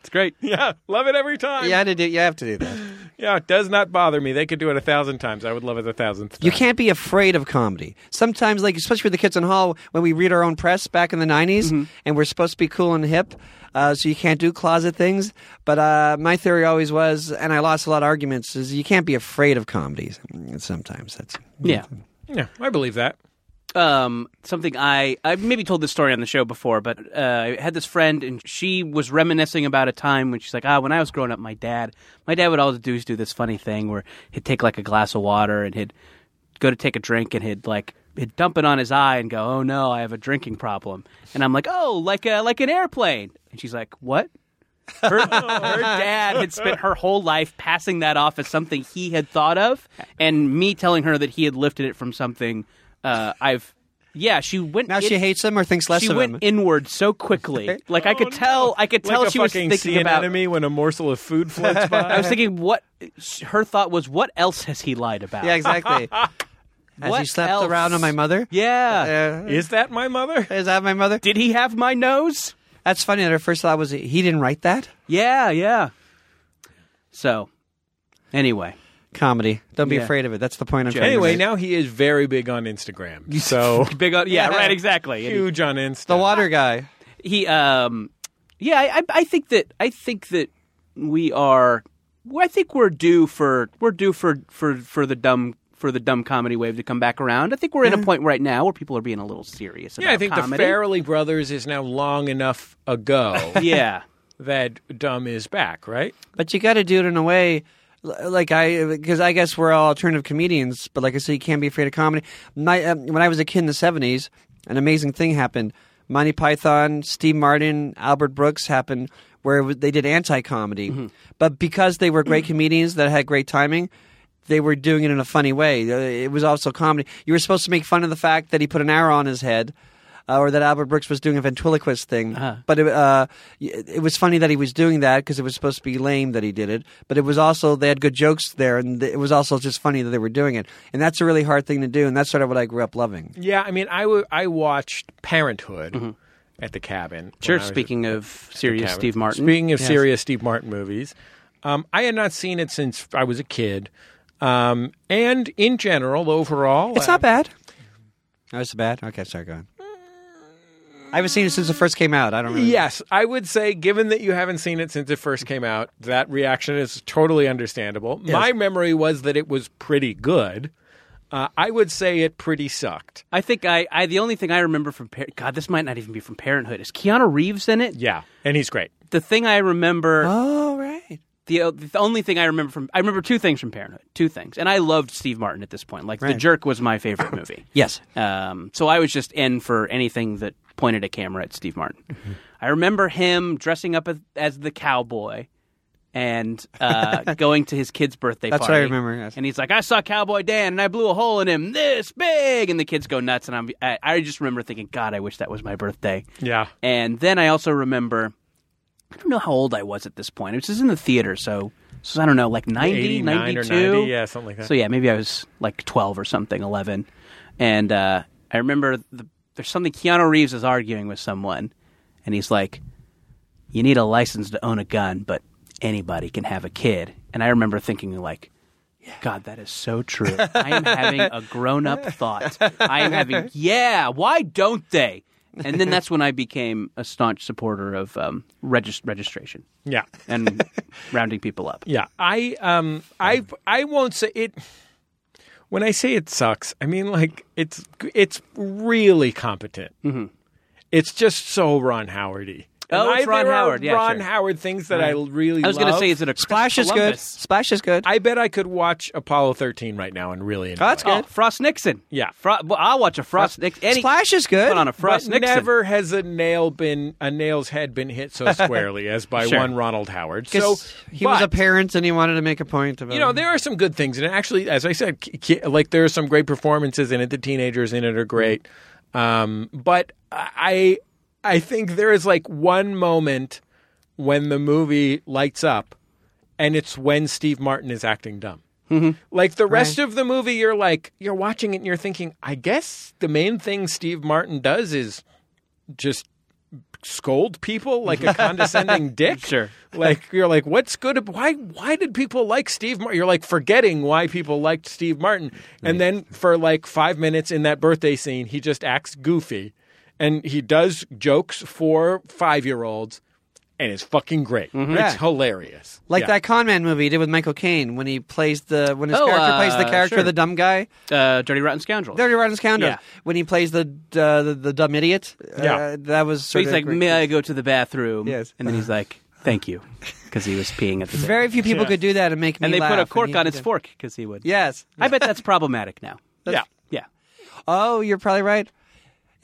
It's great.
Yeah, love it every time.
you had to do. You have to do that.
yeah, it does not bother me. They could do it a thousand times. I would love it a thousandth.
You
time.
can't be afraid of comedy. Sometimes, like especially with the kids in hall, when we read our own press back in the '90s,
Mm-hmm.
and we're supposed to be cool and hip, uh, so you can't do closet things. But uh, my theory always was, and I lost a lot of arguments, is you can't be afraid of comedy. Sometimes that's
Yeah.
Yeah, I believe that.
Um, something I I maybe told this story on the show before, but uh, I had this friend and she was reminiscing about a time when she's like, ah, when I was growing up, my dad, my dad would always do is do this funny thing where he'd take like a glass of water and he'd go to take a drink and he'd like he'd dump it on his eye and go, oh no, I have a drinking problem, and I'm like, oh, like a like an airplane, and she's like, what? her, her dad had spent her whole life passing that off as something he had thought of, and me telling her that he had lifted it from something. Uh, I've, yeah, she went.
now she
in-
hates him or thinks less
She
of
went
him.
inward so quickly. Like I could tell. I could tell
Oh, like a
she was
fucking
thinking
sea
about.
anemone when a morsel of food floats
I
by.
was thinking what her thought was. What else has he lied about?
yeah, exactly. As he
What
slept
else?
around on my mother.
Yeah.
Uh,
Is that my mother?
is that my mother?
Did he have my nose?
That's funny. That her first thought was he didn't write that.
Yeah. Yeah. So, anyway.
Comedy. Don't be
Yeah.
afraid of it. That's the point I'm trying to
Anyway,
make.
now he is very big on Instagram. So
Big on, yeah,
Yeah.
right, exactly. And he-
huge on Insta.
the water guy.
he um yeah I, I I think that I think that we are well, I think we're due for we're due for for for the dumb for the dumb comedy wave to come back around. I think we're in a point right now where people are being a little serious.
Mm-hmm. Yeah,
about
I think
comedy.
the Farrelly brothers is now long enough ago
Yeah,
that Dumb is back, right?
But you got to do it in a way l- like I because I guess we're all alternative comedians, but like I said, you can't be afraid of comedy. My um, when I was a kid in the seventies, an amazing thing happened. Monty Python, Steve Martin, Albert Brooks happened where it was- they did anti-comedy, but because they were great comedians that had great timing. They were doing it in a funny way. Uh, It was also comedy. You were supposed to make fun of the fact that he put an arrow on his head, uh, or that Albert Brooks was doing a ventriloquist thing. But it, uh, y- it was funny that he was doing that because it was supposed to be lame that he did it. But it was also they had good jokes there, and th- it was also just funny that they were doing it. And that's a really hard thing to do, and that's sort of what I grew up loving.
Yeah, I mean, I wa- I watched Parenthood at the cabin. when
sure.
I was a-
Speaking of serious
cabin.
Steve Martin,
Speaking of serious Steve Martin movies, um, I had not seen it since I was a kid. Um, and in general, overall,
It's
uh,
not bad. Oh, it's bad. Okay, sorry. Go on. I haven't seen it since it first came out. I don't. Really
Yes, I would say, given that you haven't seen it since it first came out, that reaction is totally understandable. My memory was that it was pretty good. Uh, I would say it pretty sucked.
I think I, I the only thing I remember from Par- God, this might not even be from Parenthood. Is Keanu Reeves in it?
Yeah, and he's great.
The thing I remember,
Oh right.
the uh, the only thing I remember from I remember two things from Parenthood, two things, and I loved Steve Martin at this point. Like The
Right.
Jerk was my favorite movie.
Yes.
Um, so I was just in for anything that pointed a camera at Steve Martin. I remember him dressing up as, as the cowboy and uh, going to his kid's birthday
That's what
party.
I remember, yes.
And he's like, I saw Cowboy Dan and I blew a hole in him this big. And the kids go nuts. And I'm, I, I just remember thinking, God, I wish that was my birthday.
Yeah.
And then I also remember, I don't know how old I was at this point. It was just in the theater. So, so I don't know, like 90,
89
92.
or 90, yeah, something like that.
So yeah, maybe I was like 12 or something, 11. And uh, I remember the, there's something Keanu Reeves is arguing with someone, and he's like, "You need a license to own a gun, but anybody can have a kid." And I remember thinking like. God, that is so true. I am having a grown up thought. I am having, yeah, why don't they? And then that's when I became a staunch supporter of um, regis- registration
Yeah.
and rounding people up.
Yeah, I um I I won't say it when I say it sucks. I mean like it's it's really competent. Mm-hmm. It's just so Ron Howardy.
Oh,
And
it's
I-
Ron
there are
Howard. Yeah,
Ron
sure.
Howard things that I really.
I was going to
love.
say, is it a
Splash is good. Splash is good.
I bet I could watch Apollo 13 right now and really enjoy.
Oh, that's
it.
good.
Oh, Frost Nixon.
Yeah.
Fro- well, I'll watch a Frost Nixon. Any-
Splash is good.
Put on a
But
Frost Nixon.
never has a nail been a nail's head been hit so squarely as by
Sure.
one Ronald Howard. So
'Cause he was
but-
a parent and he wanted to make a point about.
you know
it.
there are some good things in it actually as i said ki- ki- like there are some great performances in it the teenagers in it are great um, but i i think there is like one moment when the movie lights up and it's when steve martin is acting dumb like the rest of the movie you're like you're watching it and you're thinking i guess the main thing steve martin does is just scold people like a condescending dick.
Sure.
Like you're like, what's good? ab- Why? Why did people like Steve? Martin? You're like forgetting why people liked Steve Martin, and then for like five minutes in that birthday scene, he just acts goofy, and he does jokes for five year olds, and it's fucking great. It's
Mm-hmm. Yeah.
hilarious.
Like
Yeah.
that con man movie he did with Michael Caine when he plays the when his
Oh,
character
uh,
plays the character
sure.
of the dumb guy.
uh, Dirty Rotten Scoundrel.
Dirty Rotten Scoundrel.
Yeah.
When he plays the uh, the, the dumb idiot.
Yeah.
Uh, that was
so
sort
he's
of
like,
great.
may I go to the bathroom?
Yes.
And then he's like, thank you. Because he was peeing at the sink.
Very few people could do that and make me
And they
laugh,
put a cork
he
on
did
his
it.
fork because he would.
Yes.
I bet that's problematic now.
Yeah.
Yeah.
Oh, you're probably right.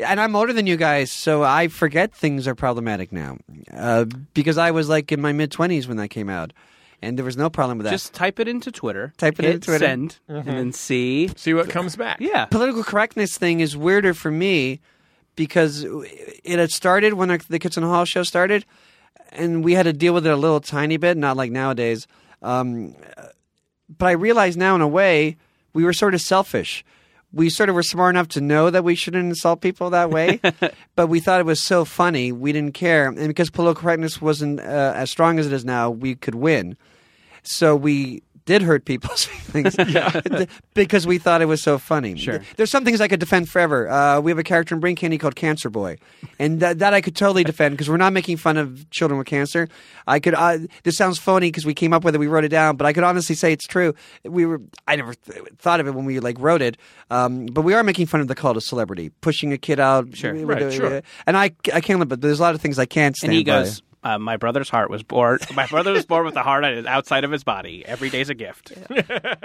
And I'm older than you guys, so I forget things are problematic now, uh, because I was like in my mid twenties when that came out, and there was no problem with that.
Just type it into Twitter.
Type it
hit
into Twitter. Mm-hmm.
send, and then see.
See what comes back.
Yeah.
political correctness thing is weirder for me because it had started when the- the Kids in the Hall show started, and we had to deal with it a little tiny bit, not like nowadays. Um, but I realize now, in a way, we were sort of selfish. We sort of were smart enough to know that we shouldn't insult people that way, but we thought it was so funny we didn't care. And because political correctness wasn't uh, as strong as it is now, we could win. So we it did hurt people's feelings because we thought it was so funny.
Sure.
There's some things I could defend forever. Uh, we have a character in Brain Candy called Cancer Boy, and that that I could totally defend because we're not making fun of children with cancer. I could. Uh, this sounds phony because we came up with it, we wrote it down, but I could honestly say it's true. We were. I never th- thought of it when we like wrote it, um, but we are making fun of the cult of celebrity, pushing a kid out. Sure.
Right, sure.
And I, I can't. But there's a lot of things I can't stand.
and he
by.
goes, uh, "My brother's heart was born. My brother was born with a heart on his- outside of his body. Every day's a gift.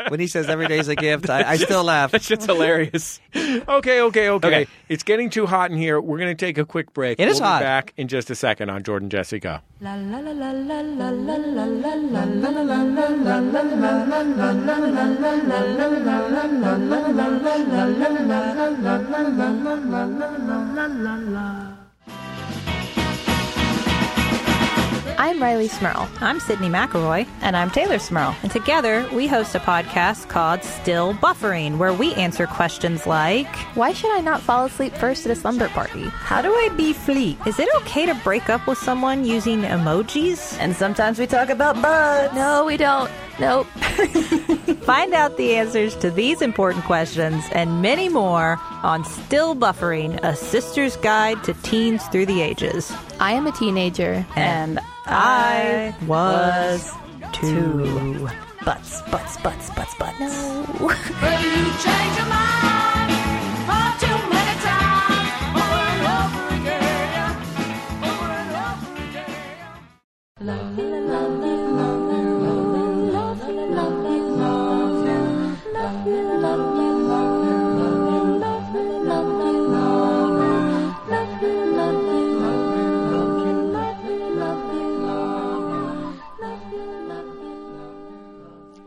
when he says every day's a gift, I, I still laugh.
That shit's hilarious.
Okay, okay, okay,
Okay.
It's getting too hot in here. We're going to take a quick break.
It is
We'll be
hot.
back in just a second on Jordan Jessica.
La la la la la la la la la la la la la la la la
I'm Riley Smurl.
I'm Sydney McElroy.
And I'm Taylor Smurl.
And together, we host a podcast called Still Buffering, where we answer questions like
Why should I not fall asleep first at a slumber party?
How do I be fleet? Is it okay to break up with someone using emojis?
And sometimes we talk about bugs. No, we don't. Nope.
Find out the answers to these important questions and many more on Still Buffering, a sister's guide to teens through the ages.
I am a teenager.
And I was two.
butts, butts, butts, butts, butts. No.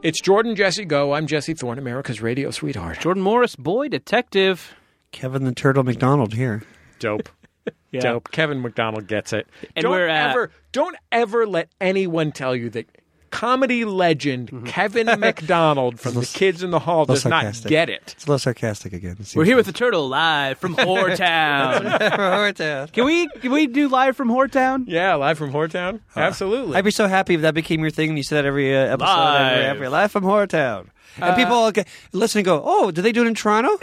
It's Jordan Jesse Go. I'm Jesse Thorne, America's radio sweetheart.
Jordan Morris, boy detective.
Kevin the Turtle McDonald here.
Dope. Dope. Kevin McDonald gets it.
And
don't
we're, uh,
ever don't ever let anyone tell you that comedy legend Kevin McDonald from Mm-hmm. the Kids in the Hall does not
sarcastic.
get it.
It's a little sarcastic again.
We're here with the turtle live from Whoretown. can we can we do live from Whoretown?
Yeah, live from Uh, Hortown. Absolutely.
I'd be so happy if that became your thing and you said that every uh, episode. Every,
Live. Uh,
every live from Horrortown. and people all get, listen and go, oh, do they do it in Toronto?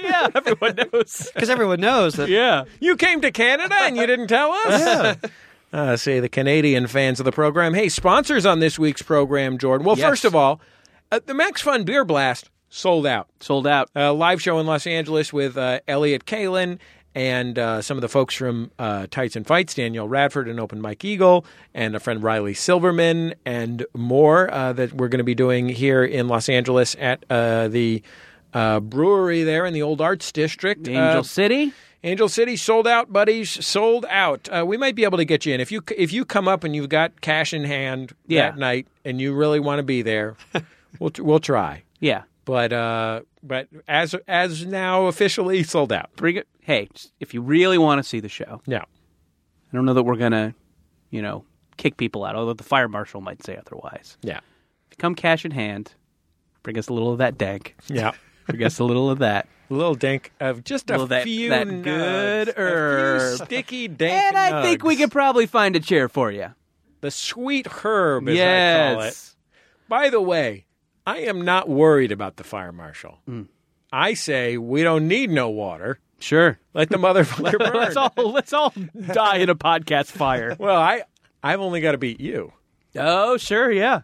Yeah, everyone knows.
Because everyone knows that.
Yeah.
You came to Canada and you didn't tell us? Uh, say the Canadian fans of the program. Hey, sponsors on this week's program, Jordan. Well,
Yes.
first of all, uh, the Max Fun Beer Blast sold out.
Sold out.
A live show in Los Angeles with uh, Elliot Kalin and uh, some of the folks from uh, Tights and Fights, Daniel Radford and Open Mike Eagle, and a friend Riley Silverman, and more uh, that we're going to be doing here in Los Angeles at uh, the uh, brewery there in the Old Arts District.
Angel
Uh,
City.
Angel City sold out, buddies. Sold out. Uh, we might be able to get you in if you if you come up and you've got cash in hand
Yeah.
that night and you really want to be there. we'll we'll try,
Yeah.
but uh, but as as now officially sold out.
Bring it. Hey, if you really want to see the show,
Yeah,
I don't know that we're gonna, you know, kick people out. Although the fire marshal might say otherwise.
yeah,
Come cash in hand. Bring us a little of that dank.
yeah.
Bring us a little of that.
A little dank of just a
Well, that-
few
that
nugs,
good
a few
herb.
sticky dank.
And I think we
nugs.
could probably find a chair for you.
the sweet herb. As I call it.
yes.
By the way, I am not worried about the fire marshal.
Mm.
I say we don't need no water.
Sure.
Let the motherfucker burn.
let's all let's all die in a podcast fire.
Well, I I've only got to beat you.
Oh, sure, yeah.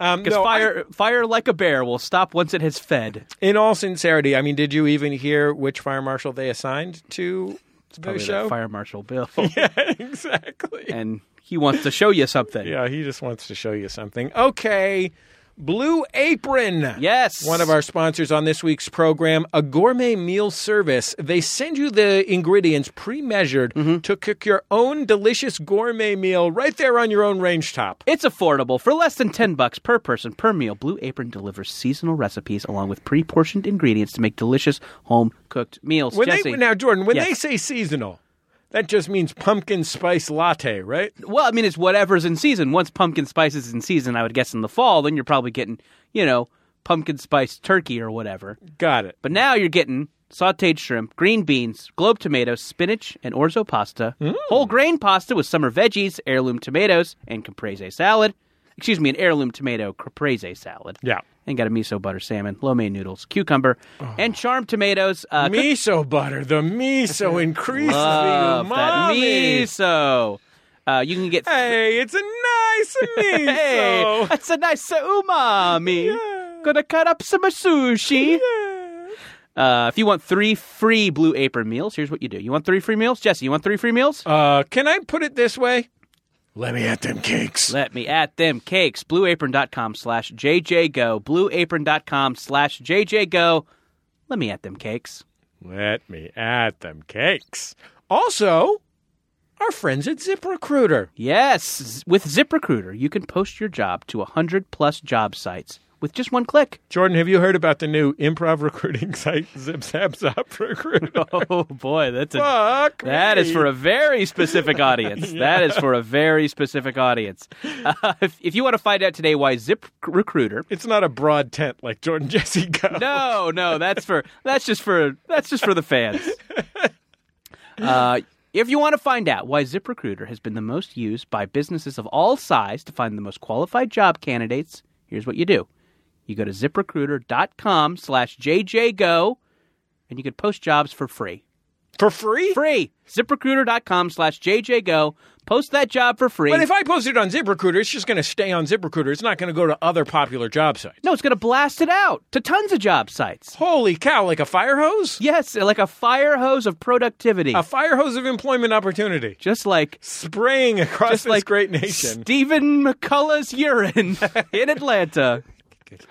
Um,
Because
no, I-
fire fire like a bear will stop once it has fed.
in all sincerity, I mean, did you even hear which fire marshal they assigned to the
Probably that
show?
Fire Marshal Bill.
exactly.
and he wants to show you something.
Yeah, he just wants to show you something. Okay. Blue Apron.
Yes.
One of our sponsors on this week's program, a gourmet meal service. They send you the ingredients pre measured to cook your own delicious gourmet meal right there on your own range top.
It's affordable. For less than 10 bucks per person per meal, Blue Apron delivers seasonal recipes along with pre-portioned ingredients to make delicious home-cooked meals.
When
Jesse,
they, now, Jordan, when
Yes.
they say seasonal, that just means pumpkin spice latte, right?
well, I mean, it's whatever's in season. Once pumpkin spice is in season, I would guess in the fall, then you're probably getting, you know, pumpkin spice turkey or whatever.
Got it.
But now you're getting sauteed shrimp, green beans, globe tomatoes, spinach, and orzo
Mm.
pasta, whole grain pasta with summer veggies, heirloom tomatoes, and caprese salad. excuse me, an heirloom tomato caprese salad.
Yeah. Oh.
And got a miso butter salmon, lo mein noodles, cucumber, and charmed tomatoes. Uh, cooked
miso butter. The miso increases
Love
the
that
umami.
miso. Uh, you can get.
Hey, it's a nice miso.
Hey, that's a nice umami. Gonna cut up some sushi. Uh, if you want three free Blue Apron meals, here's what you do. You want three free meals? Jesse, you want three free meals?
Uh, can I put it this way? Let me at them cakes.
Let me at them cakes. Blueapron.com slash JJGo. Blueapron.com slash JJGo. Let me at them cakes.
Let me at them cakes. Also, our friends at ZipRecruiter.
Yes, z- with ZipRecruiter, you can post your job to 100 plus job sites with just one click.
Jordan, have you heard about the new improv recruiting site, Zip Zap Zap Recruiter?
Oh boy, that's a
Fuck
That is
me.
for a very specific audience. That is for a very specific audience. Uh, if, if you want to find out today why Zip Recruiter.
It's not a broad tent like Jordan Jesse Go.
No, no, that's for that's just for that's just for the fans. Uh, if you want to find out why ZipRecruiter has been the most used by businesses of all size to find the most qualified job candidates, here's what you do. You go to ziprecruiter.com slash jjgo and you can post jobs for free.
For free?
free. ZipRecruiter.com slash JJGo. Post that job for free.
But if I post it on ZipRecruiter, it's just going to stay on ZipRecruiter. It's not going to go to other popular job sites.
no, it's going to blast it out to tons of job sites.
Holy cow, like a fire hose?
Yes, like a fire hose of productivity.
A fire hose of employment opportunity.
just like
Spraying across
just
this
like
great nation.
Stephen McCullough's urine in Atlanta.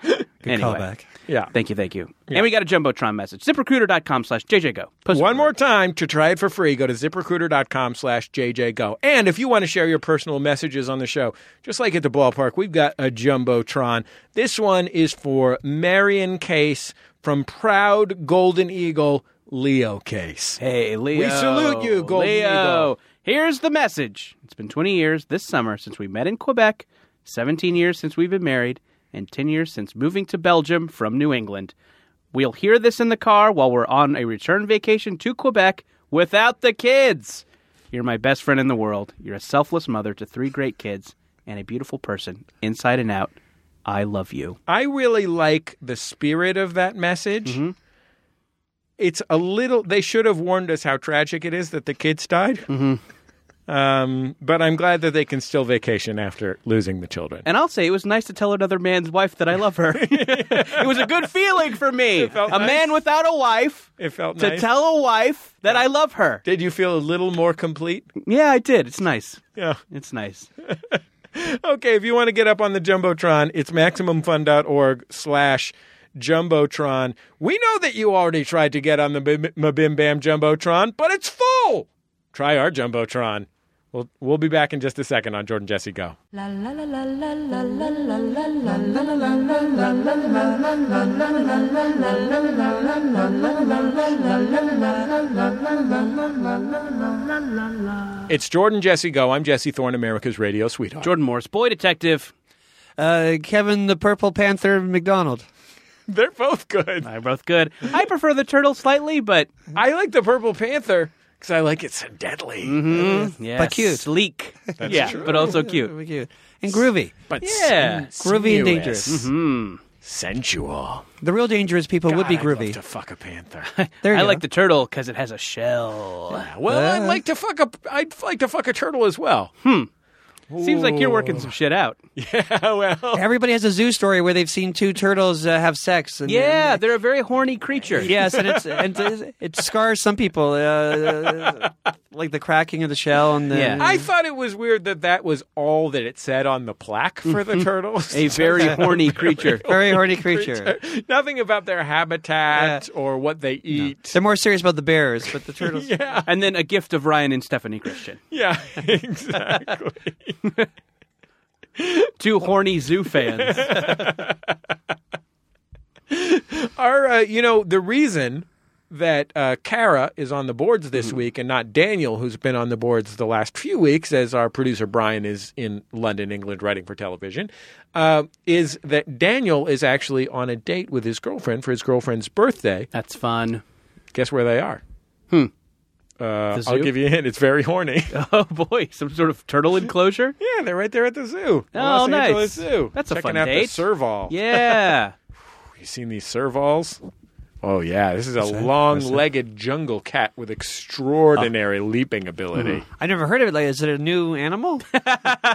anyway,
Callback.
yeah.
Thank you, thank you. And we got a Jumbotron message. ZipRecruiter.com slash JJGo. Post it
One
for
more time to try it for free, go to ziprecruiter.com slash jjgo. And if you want to share your personal messages on the show, just like at the ballpark, we've got a Jumbotron. This one is for Marion Case from Proud Golden Eagle, Leo Case.
Hey, Leo.
We salute you, Golden
Leo.
Eagle.
Here's the message. It's been 20 years this summer since we met in Quebec, 17 years since we've been married, and 10 years since moving to Belgium from New England. We'll hear this in the car while we're on a return vacation to Quebec without the kids. You're my best friend in the world. You're a selfless mother to three great kids and a beautiful person, inside and out. I love you.
I really like the spirit of that message.
Mm-hmm.
It's a little. They should have warned us how tragic it is that the kids died.
Mm-hmm.
Um, but I'm glad that they can still vacation after losing the children.
And I'll say it was nice to tell another man's wife that I love her. it was a good feeling for me. A
felt
man
nice.
without a wife
It felt
to
nice.
tell a wife that I love her.
Did you feel a little more complete?
Yeah, I did. It's nice.
Yeah.
It's nice.
Okay, if you want to get up on the Jumbotron, it's MaximumFun.org slash Jumbotron. We know that you already tried to get on the Bim- Mabim Bam Jumbotron, but it's full. Try our Jumbotron. We'll, we'll be back in just a second on Jordan Jesse Go.
La la la la la la la la la la
It's Jordan Jesse Go. I'm Jesse Thorne, America's radio sweetheart.
Jordan Morris, boy detective.
Uh, Kevin the Purple Panther McDonald.
They're both good.
They're both good. I prefer the turtle slightly, but
I like the Purple Panther because I like it so deadly.
Mm-hmm. yeah,
But cute.
sleek. yeah, but also cute.
Very cute. And groovy.
But
Yeah. Mm-hmm.
Groovy and dangerous.
Sensual.
The real dangerous people would be
God, I'd love
groovy.
to fuck a panther.
There you
I
go.
like the turtle because it has a shell.
well,
Uh-huh.
I'd like to fuck a. I'd like to fuck a turtle as well.
Seems like you're working some shit out.
Yeah, well,
Everybody has a zoo story where they've seen two turtles uh, have sex. And,
Yeah, they're a very horny creature.
yes, and it's and it- it scars some people, uh, like the cracking of the shell and the.
Yeah.
I thought it was weird that that was all that it said on the plaque for the turtles.
Mm-hmm. A very horny creature.
very horny creature.
Nothing about their habitat or what they eat.
They're more serious about the bears, but the turtles.
Yeah,
And then a gift of Ryan and Stephanie Christian.
yeah, exactly.
Two horny zoo fans.
Our, uh, you know, the reason that uh, Kara is on the boards this week and not Daniel, who's been on the boards the last few weeks, as our producer Brian is in London, England, writing for television, uh, is that Daniel is actually on a date with his girlfriend for his girlfriend's birthday.
That's fun.
Guess where they are? Uh,
The
I'll
zoo?
give you a hint. It's very horny.
Oh boy, some sort of turtle enclosure.
yeah, they're right there at the zoo. The
Oh,
Los
nice.
Angeles Zoo.
That's a
Checking
fun
out
date.
the serval.
Yeah.
You seen these servals? Oh yeah, this is a long-legged jungle cat with extraordinary
Uh.
leaping
Hmm.
ability.
I never heard of it. Like, is it a new animal?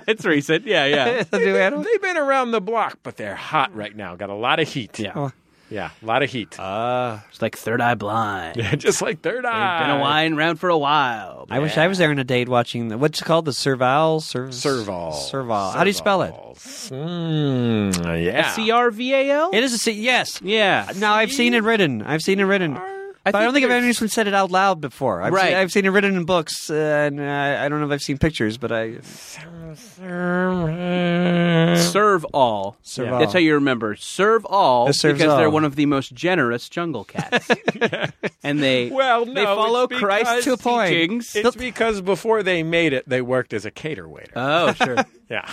it's recent. Yeah, yeah.
a new animal?
They've been around the block, but they're hot right now. Got a lot of heat.
Yeah.
yeah, a lot of heat.
It's like third eye blind.
Yeah, just like third eye.
Been a wine round for a while.
I wish I was there on a date watching the, what's it called? The serval? Serv-
Serval.
Serval. How do you spell it?
Mm, yeah.
C R V A L.
It is a C. Yes.
Yeah.
No, I've seen it written. I've seen it written. but I don't think I've ever anyone said it out loud before. I've
Right.
Seen, I've seen it written in books, uh, and uh, I don't know if I've seen pictures, but I.
Serve all.
Serve
That's
all.
how you remember. Serve all
It serves
because they're
all.
one of the most generous jungle cats. and they
Well,
they
no,
follow
it's
Christ's
because-
point.
teachings.
It's because before they made it, they worked as a cater waiter.
Oh, sure.
yeah.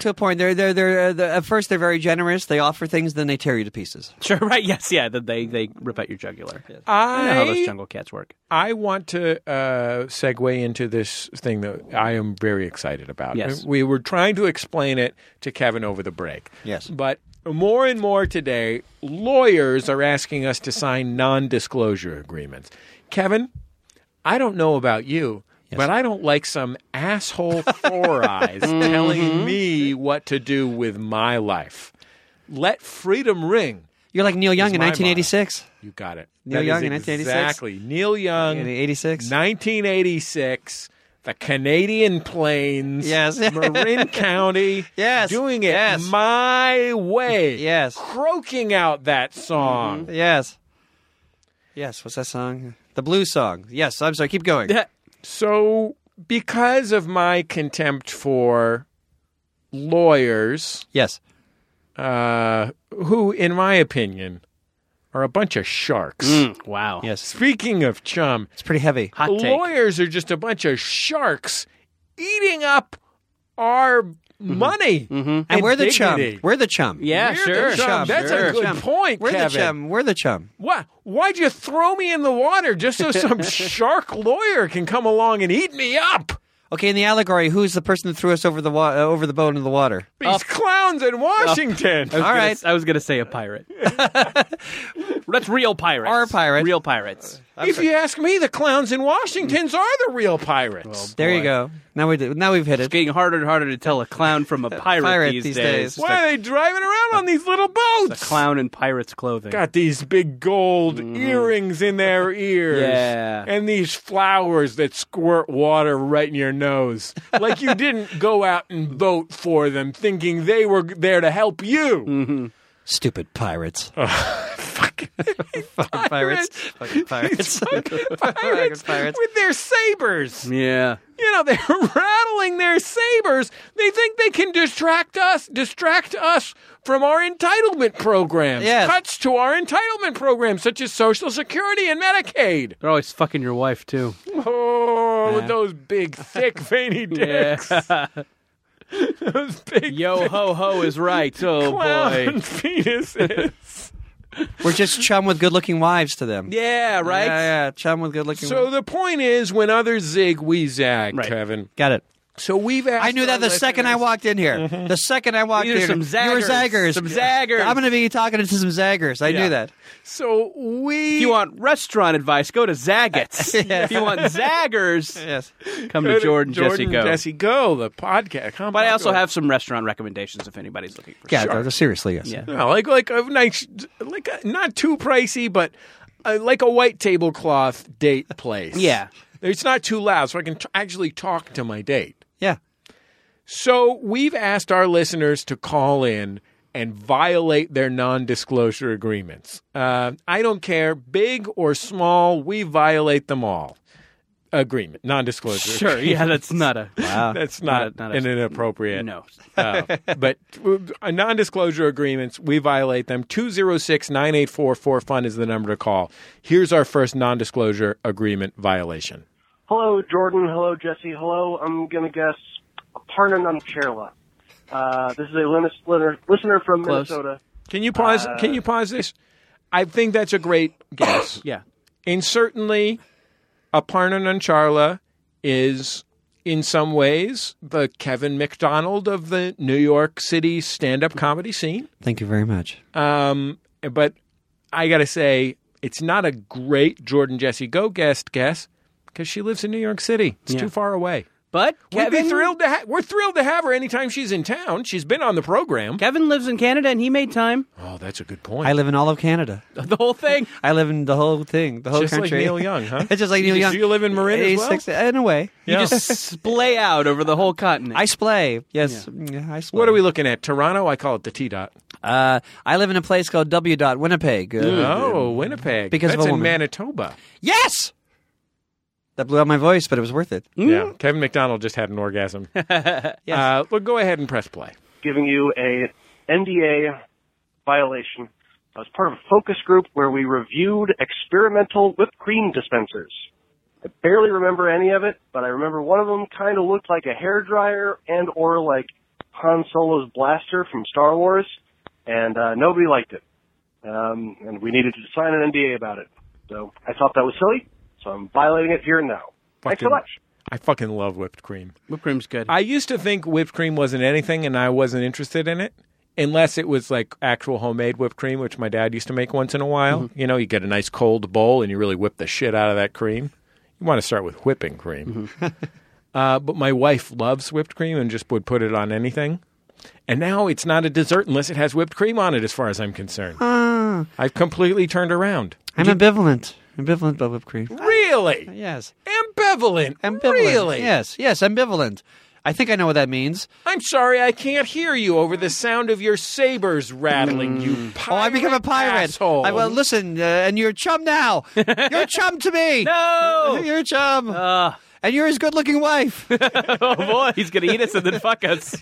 To a point, they're they're they're, they're at first they're very generous. They offer things, then they tear you to pieces.
sure, right. Yes, yeah. That they they rip out your jugular. I know how those
I
jungle cats work.
I want to uh, segue into this thing that I am very excited about.
Yes.
We were trying to explain it to Kevin over the break.
Yes.
But more and more today, lawyers are asking us to sign non disclosure agreements. Kevin, I don't know about you, but I don't like some asshole four eyes telling me what to do with my life. Let freedom ring.
You're like Neil Young in
my
1986.
You got it.
Neil
That is
Young in 1986?
Exactly. Neil Young.
In 86?
1986. The Canadian Plains.
Yes.
Marin County.
Yes.
Doing it
Yes.
my way.
Yes.
Croaking out that song.
Yes. Yes. What's that song? The blues song. Yes. I'm sorry. Keep going.
So, because of my contempt for lawyers,
Yes.
uh, who, in my opinion, are a bunch of sharks.
Mm.
Mm, wow.
Yes.
Speaking of chum,
It's pretty heavy.
Hot take.
lawyers are just a bunch of sharks eating up our
Mm-hmm.
money. And,
And, we're the
dignity.
chum. We're the chum.
Yeah,
We're the
sure.
chum.
Chum,
That's
sure.
a good
Chum.
point,
We're the
Kevin.
chum. We're the chum.
Why, why'd you throw me in the water just so some shark lawyer can come along and eat me up?
Okay, in the allegory, who's the person that threw us over the wa- uh, over the boat into the water?
These clowns in Washington.
I was
All
gonna-
right.
I was going to say a pirate. That's real pirates.
Our pirate.
Real pirates.
if you ask me, the clowns in Washington's are the real pirates.
There
Boy.
you go. Now we do, now we've hit
It's
it.
getting harder and harder to tell a clown from a pirate,
Pirate
these,
these
days.
days.
Why are they driving around on these little
A
boats?
clown in pirate's clothing.
got these big gold
Mm-hmm.
earrings in their ears.
Yeah.
And these flowers that squirt water right in your nose. Like you didn't go out and vote for them thinking they were there to help you.
Stupid pirates.
Fucking
pirates. Fucking pirates.
pirates,
pirates.
with their sabers.
Yeah.
You know, they're rattling their sabers. They think they can distract us, distract us from our entitlement programs.
Yes.
Cuts to our entitlement programs such as Social Security and Medicaid.
They're always fucking your wife, too.
Oh, with those big, thick, veiny dicks. those big
Yo ho ho is right. Oh,
clown
boy.
fetuses.
We're just chum with good-looking wives to them.
Yeah, right?
Yeah, yeah, chum with good-looking.
so
wives.
the point is, when others zig, we zag,
Right.
Kevin.
got it.
So we've asked.
I knew that the second I walked in here.
Mm-hmm.
The second I walked
These are
in,
some
you were
zaggers.
zaggers.
Some zaggers.
I'm going to be talking to some zaggers. I
Yeah.
knew that.
So we.
If you want restaurant advice, go to Zagat's. If you want Zaggers,
Yes.
come to Jordan, Jesse Go.
Jesse Go, the podcast. Come
But I
on,
also
go.
have some restaurant recommendations if anybody's looking for
Yeah.
some.
no, Seriously, yes.
Yeah.
No, like like a nice, like a, not too pricey, but uh like a white tablecloth date place.
Yeah.
it's not too loud, so I can t- actually talk to my date.
Yeah.
So we've asked our listeners to call in and violate their non-disclosure agreements. Uh, I don't care, big or small, we violate them all. Agreement, non-disclosure.
Sure. Yeah, that's not a.
That's not,
Not a- not a-
an inappropriate.
No.
Uh, but uh, non disclosure agreements, we violate them. 206 9844 FUN is the number to call. Here's our first non disclosure agreement violation.
Hello, Jordan. Hello, Jesse. Hello. I'm going to guess Aparna Namcherla. Uh, this is a lis- listener, listener from
Close.
Minnesota.
Can you pause? can
Uh,
you pause this? I think that's a great guess.
Yeah.
And certainly, Aparna Nancharla is, in some ways, the Kevin McDonald of the New York City stand up comedy scene.
Thank you very much.
Um, but I got to say, it's not a great Jordan Jesse Go guest guess because she lives in New York City. It's too far away.
But
We'd
Kevin,
be thrilled to ha- we're thrilled to have her anytime she's in town. She's been on the program.
Kevin lives in Canada and he made time.
Oh, that's a good point.
I live in all of Canada.
The whole thing.
I live in the whole thing, the whole
Just like
country.
Neil Young, huh?
It's just like
You
Neil
just-
Young.
you live in Marin as
Eh,
well?
six- in a way.
Yeah.
You just splay out over the whole continent.
I splay. Yes, yeah, I splay.
what are we looking at? Toronto? I call it the T dot.
Uh, I live in a place called W. Dot Winnipeg. Uh,
Oh, Winnipeg.
Because of
that's
a
in
woman.
Manitoba.
Yes. That blew out my voice, but it was worth it.
Yeah, Kevin McDonald just had an orgasm. uh, well, go ahead and press play.
giving you a NDA violation. I was part of a focus group where we reviewed experimental whipped cream dispensers. I barely remember any of it, but I remember one of them kind of looked like a hairdryer and or like Han Solo's blaster from Star Wars, and uh, nobody liked it. Um, and we needed to sign an NDA about it. So I thought that was silly, so I'm violating it here and now. Thanks so
Fucking-
much.
I fucking love whipped cream.
Whipped cream's good.
I used to think whipped cream wasn't anything and I wasn't interested in it unless it was like actual homemade whipped cream, which my dad used to make once in a while. You know, you get a nice cold bowl and you really whip the shit out of that cream. You want to start with whipping cream. uh, but my wife loves whipped cream and just would put it on anything. And now it's not a dessert unless it has whipped cream on it, as far as I'm concerned. I've completely turned around.
I'm ambivalent. Ambivalent about whipped cream.
Really?
Uh, Yes.
Ambivalent.
Ambivalent.
Really?
Yes. Yes. Ambivalent. I think I know what that means.
I'm sorry, I can't hear you over the sound of your sabers rattling. You pirate
Oh, I become a pirate.
Asshole.
I, well, listen, uh, and you're a chum now. You're a chum to me. no, you're a chum.
Uh.
and you're his good-looking wife.
oh boy, he's gonna eat us and then fuck us.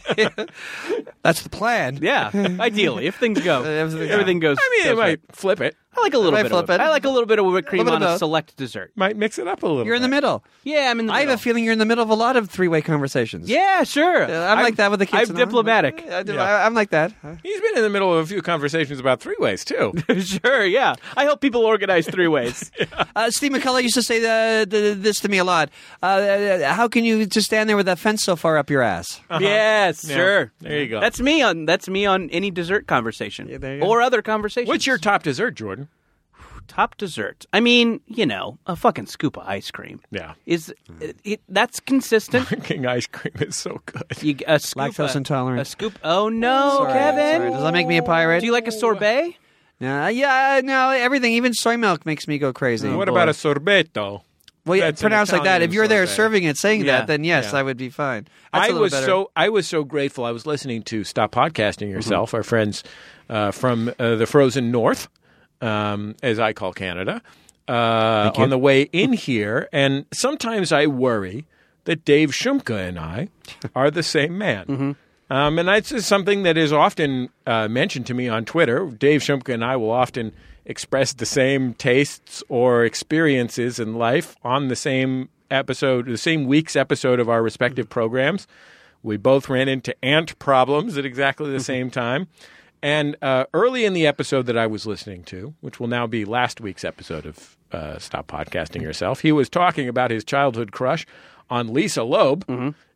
That's the plan.
yeah, ideally, if things go,
everything-
everything goes.
I mean, it
goes
might
right.
flip it,
I like a little
might
bit.
flip
Of,
it.
I like a little bit of whipped cream
bit
on
of
a
both.
select dessert.
might mix it up a little.
You're in the
bit.
middle.
Yeah, I'm in the.
I have a
middle.
feeling you're in the middle of a lot of three-way conversations.
Yeah, sure.
Uh, I'm, like that with the
I'm
kids. and all. Uh,
diplomatic.
I, do-
Yeah.
I, I'm like that.
He's been in the middle of a few conversations about three ways too.
sure, yeah. I help people organize three ways.
Uh-huh.
Uh, Steve McCullough used to say uh, th- th- this to me a lot. Uh, Uh, how can you just stand there with that fence so far up your ass?
Yes,
Yeah.
sure.
There you go.
That's me on. That's me on any dessert conversation
there you go.
or other conversation.
What's your top dessert, Jordan?
top dessert? I mean, you know, a fucking scoop of ice cream.
Yeah.
is it, it, that's consistent.
King ice cream is so good.
You, a scoop,
Lactose
a-
intolerant.
A scoop. Oh no, Kevin.
Sorry, does that make me a pirate?
Do you like a sorbet?
Uh, yeah, no, everything, even soy milk makes me go crazy.
what
Oh, Boy.
about a sorbetto?
Well, yeah,
That's an
pronounced like that.
Italian
If you're there
sorbet.
serving it, saying
Yeah,
that, then yes,
yeah.
I would be fine. That's a
I
little
was
better.
so I was so grateful. I was listening to Stop Podcasting Yourself, our friends uh, from uh, the frozen north, um, as I call Canada, uh, on the way in here. And sometimes I worry that Dave Shumka and I are the same man. Um, and that's just something that is often uh, mentioned to me on Twitter. Dave Shumka and I will often express the same tastes or experiences in life on the same episode, the same week's episode of our respective programs. We both ran into ant problems at exactly the same time. And uh, early in the episode that I was listening to, which will now be last week's episode of uh, Stop Podcasting Yourself, he was talking about his childhood crush on Lisa Loeb.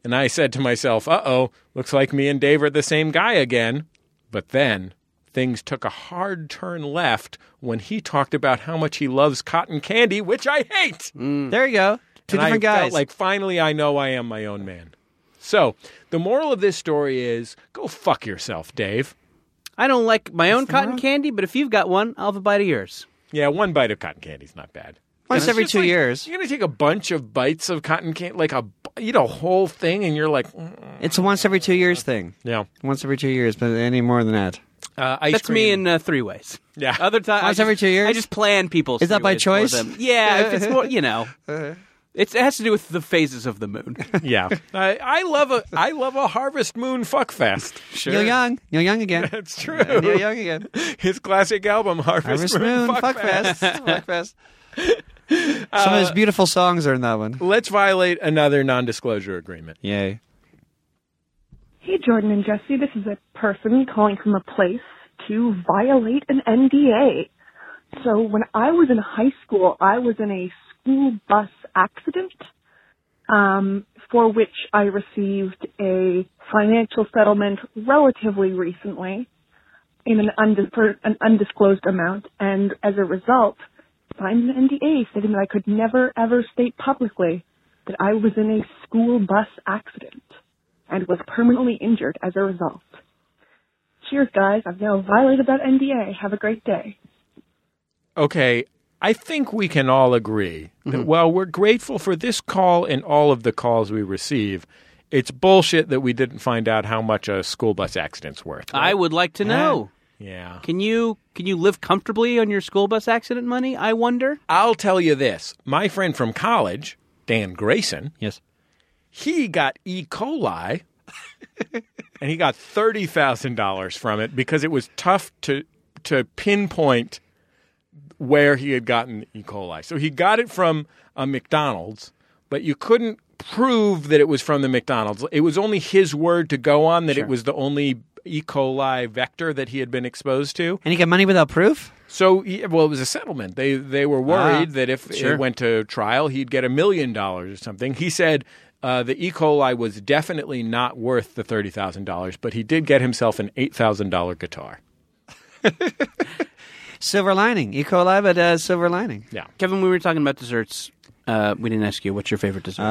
And I said to myself, uh oh, looks like me and Dave are the same guy again. But then things took a hard turn left when he talked about how much he loves cotton candy, which I hate.
Mm. There you go. Two
And I
different guys.
Felt like finally, I know I am my own man. So the moral of this story is: go fuck yourself, Dave.
I don't like my own cotton candy, but if you've got one, I'll have a bite of yours.
Yeah, one bite of cotton candy is not bad.
once every
It's
two
like-
years.
you're gonna take a bunch of bites of cotton candy, like a bu- eat a whole thing, and you're like, mm,
It's a once every two years thing.
yeah,
Once every two years, but any more than that.
uh, ice
That's
cream.
me in uh, three ways.
Yeah.
Other time,
Once every two years?
I just plan people's.
Is that
three
by
ways for
choice? Uh-huh.
them. Yeah, if it's more, you know, it's, it has to do with the phases of the moon.
yeah, I, I love a I love a harvest moon fuck fest.
Sure.
Neil Young. Neil Young again.
It's true.
Neil Young again.
His classic album, Harvest,
Harvest
Moon,
Moon. Fuck fest. Fuck fest. Some
Uh,
of his beautiful songs are in that one.
Let's violate another non-disclosure agreement.
Yay.
Hey, Jordan and Jesse, this is a person calling from a place to violate an NDA. So when I was in high school, I was in a school bus accident, um, for which I received a financial settlement relatively recently in an, undis- an undisclosed amount, and as a result, signed an NDA stating that I could never ever state publicly that I was in a school bus accident and was permanently injured as a result. Cheers, guys. I've now violated that NDA. Have a great day.
okay, I think we can all agree that while we're grateful for this call and all of the calls we receive, it's bullshit that we didn't find out how much a school bus accident's worth.
I would like to know.
yeah.
Can you can you live comfortably on your school bus accident money? I wonder.
I'll tell you this my friend from college, Dan Grayson,
Yes.
he got E. coli and he got $30,000 from it because it was tough to to pinpoint where he had gotten E. coli. So he got it from a McDonald's, but you couldn't prove that it was from the McDonald's. It was only his word to go on that it was the only E. coli vector that he had been exposed to.
And he got money without proof?
So yeah, well, it was a settlement. They they were worried that if
sure.
it went to trial, he'd get a million dollars or something. He said uh, the E. coli was definitely not worth the thirty thousand dollars, but he did get himself an eight thousand dollar guitar.
Silver lining. E. coli, but uh, silver lining.
Kevin, we were talking about desserts. Uh, we didn't ask you what's your favorite dessert.
Oh,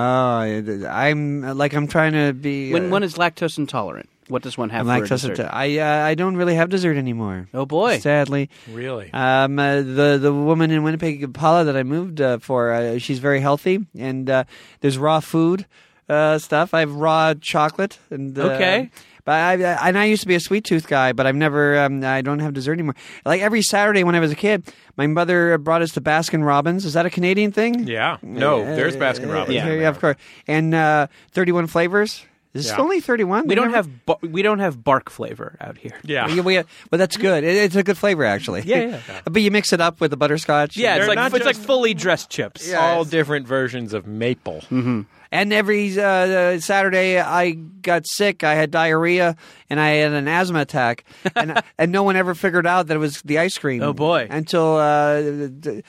I- I'm like I'm trying to be.
when
uh,
one is lactose intolerant, what does one have
I'm
for a
lactose
dessert?
intolerant. I uh, I don't really have dessert anymore.
Oh, boy.
Sadly,
Really?
um, uh, the the woman in Winnipeg, Paula, that I moved uh, for, uh, she's very healthy, and uh, there's raw food uh, stuff. I have raw chocolate, and uh,
Okay.
But I, I and I used to be a sweet tooth guy, but I've never. Um, I don't have dessert anymore. Like every Saturday when I was a kid, my mother brought us to Baskin Robbins. Is that a Canadian thing?
Yeah. No, there's Baskin Robbins.
Yeah, yeah, of course. And uh, 31 flavors. Is this
Yeah.
only 31?
we don't have bar- we don't have bark flavor out here.
Yeah.
We, we, but that's good. It, it's a good flavor, actually.
Yeah, yeah, yeah.
but you mix it up with the butterscotch.
Yeah, it's
They're
like
not
it's like
just-
fully dressed chips.
All different versions of maple.
And every uh, uh, Saturday, I got sick. I had diarrhea and I had an asthma attack. And, and no one ever figured out that it was the ice cream.
Oh, boy.
Until. Uh, d- d-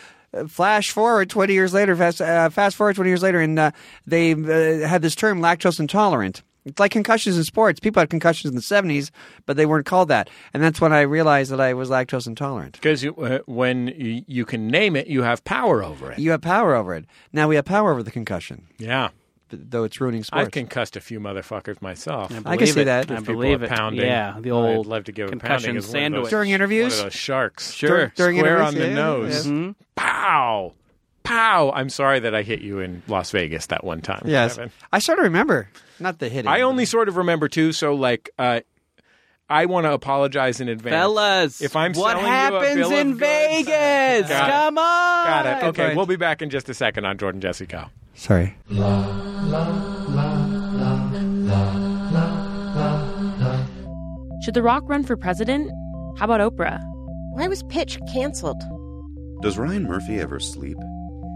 Flash forward twenty years later. Fast, uh, fast forward twenty years later, and uh, they uh, had this term lactose intolerant. It's like concussions in sports. People had concussions in the seventies, but they weren't called that. And that's when I realized that I was lactose intolerant.
Because uh, when you, you can name it, you have power over it.
You have power over it. Now we have power over the concussion,
Yeah.
th- though it's ruining sports.
I've concussed a few motherfuckers myself.
I can
Believe
see
it.
that.
I
If people
believe
are
it.
pounding,
Yeah, the old
I'd love to give a
concussion
pounding as one of those-
sandwich.
During interviews?
one of those sharks.
Dur- during
square on
interviews,
the
yeah,
nose.
yeah.
Mm-hmm.
Pow, pow. I'm sorry that I hit you in Las Vegas that one time.
Yes,
Kevin.
I sort of remember. Not the hitting.
I only sort of remember too. So like, uh, I want to apologize in advance,
Fellas,
If I'm
what
selling
happens
you a bill
in
of goods-
Vegas?
Got it.
Come on.
Got it. Okay,
Fine.
we'll be back in just a second on Jordan Jesse Go.
Sorry.
Should The Rock run for president? How about Oprah?
Why was Pitch canceled?
Does Ryan Murphy ever sleep?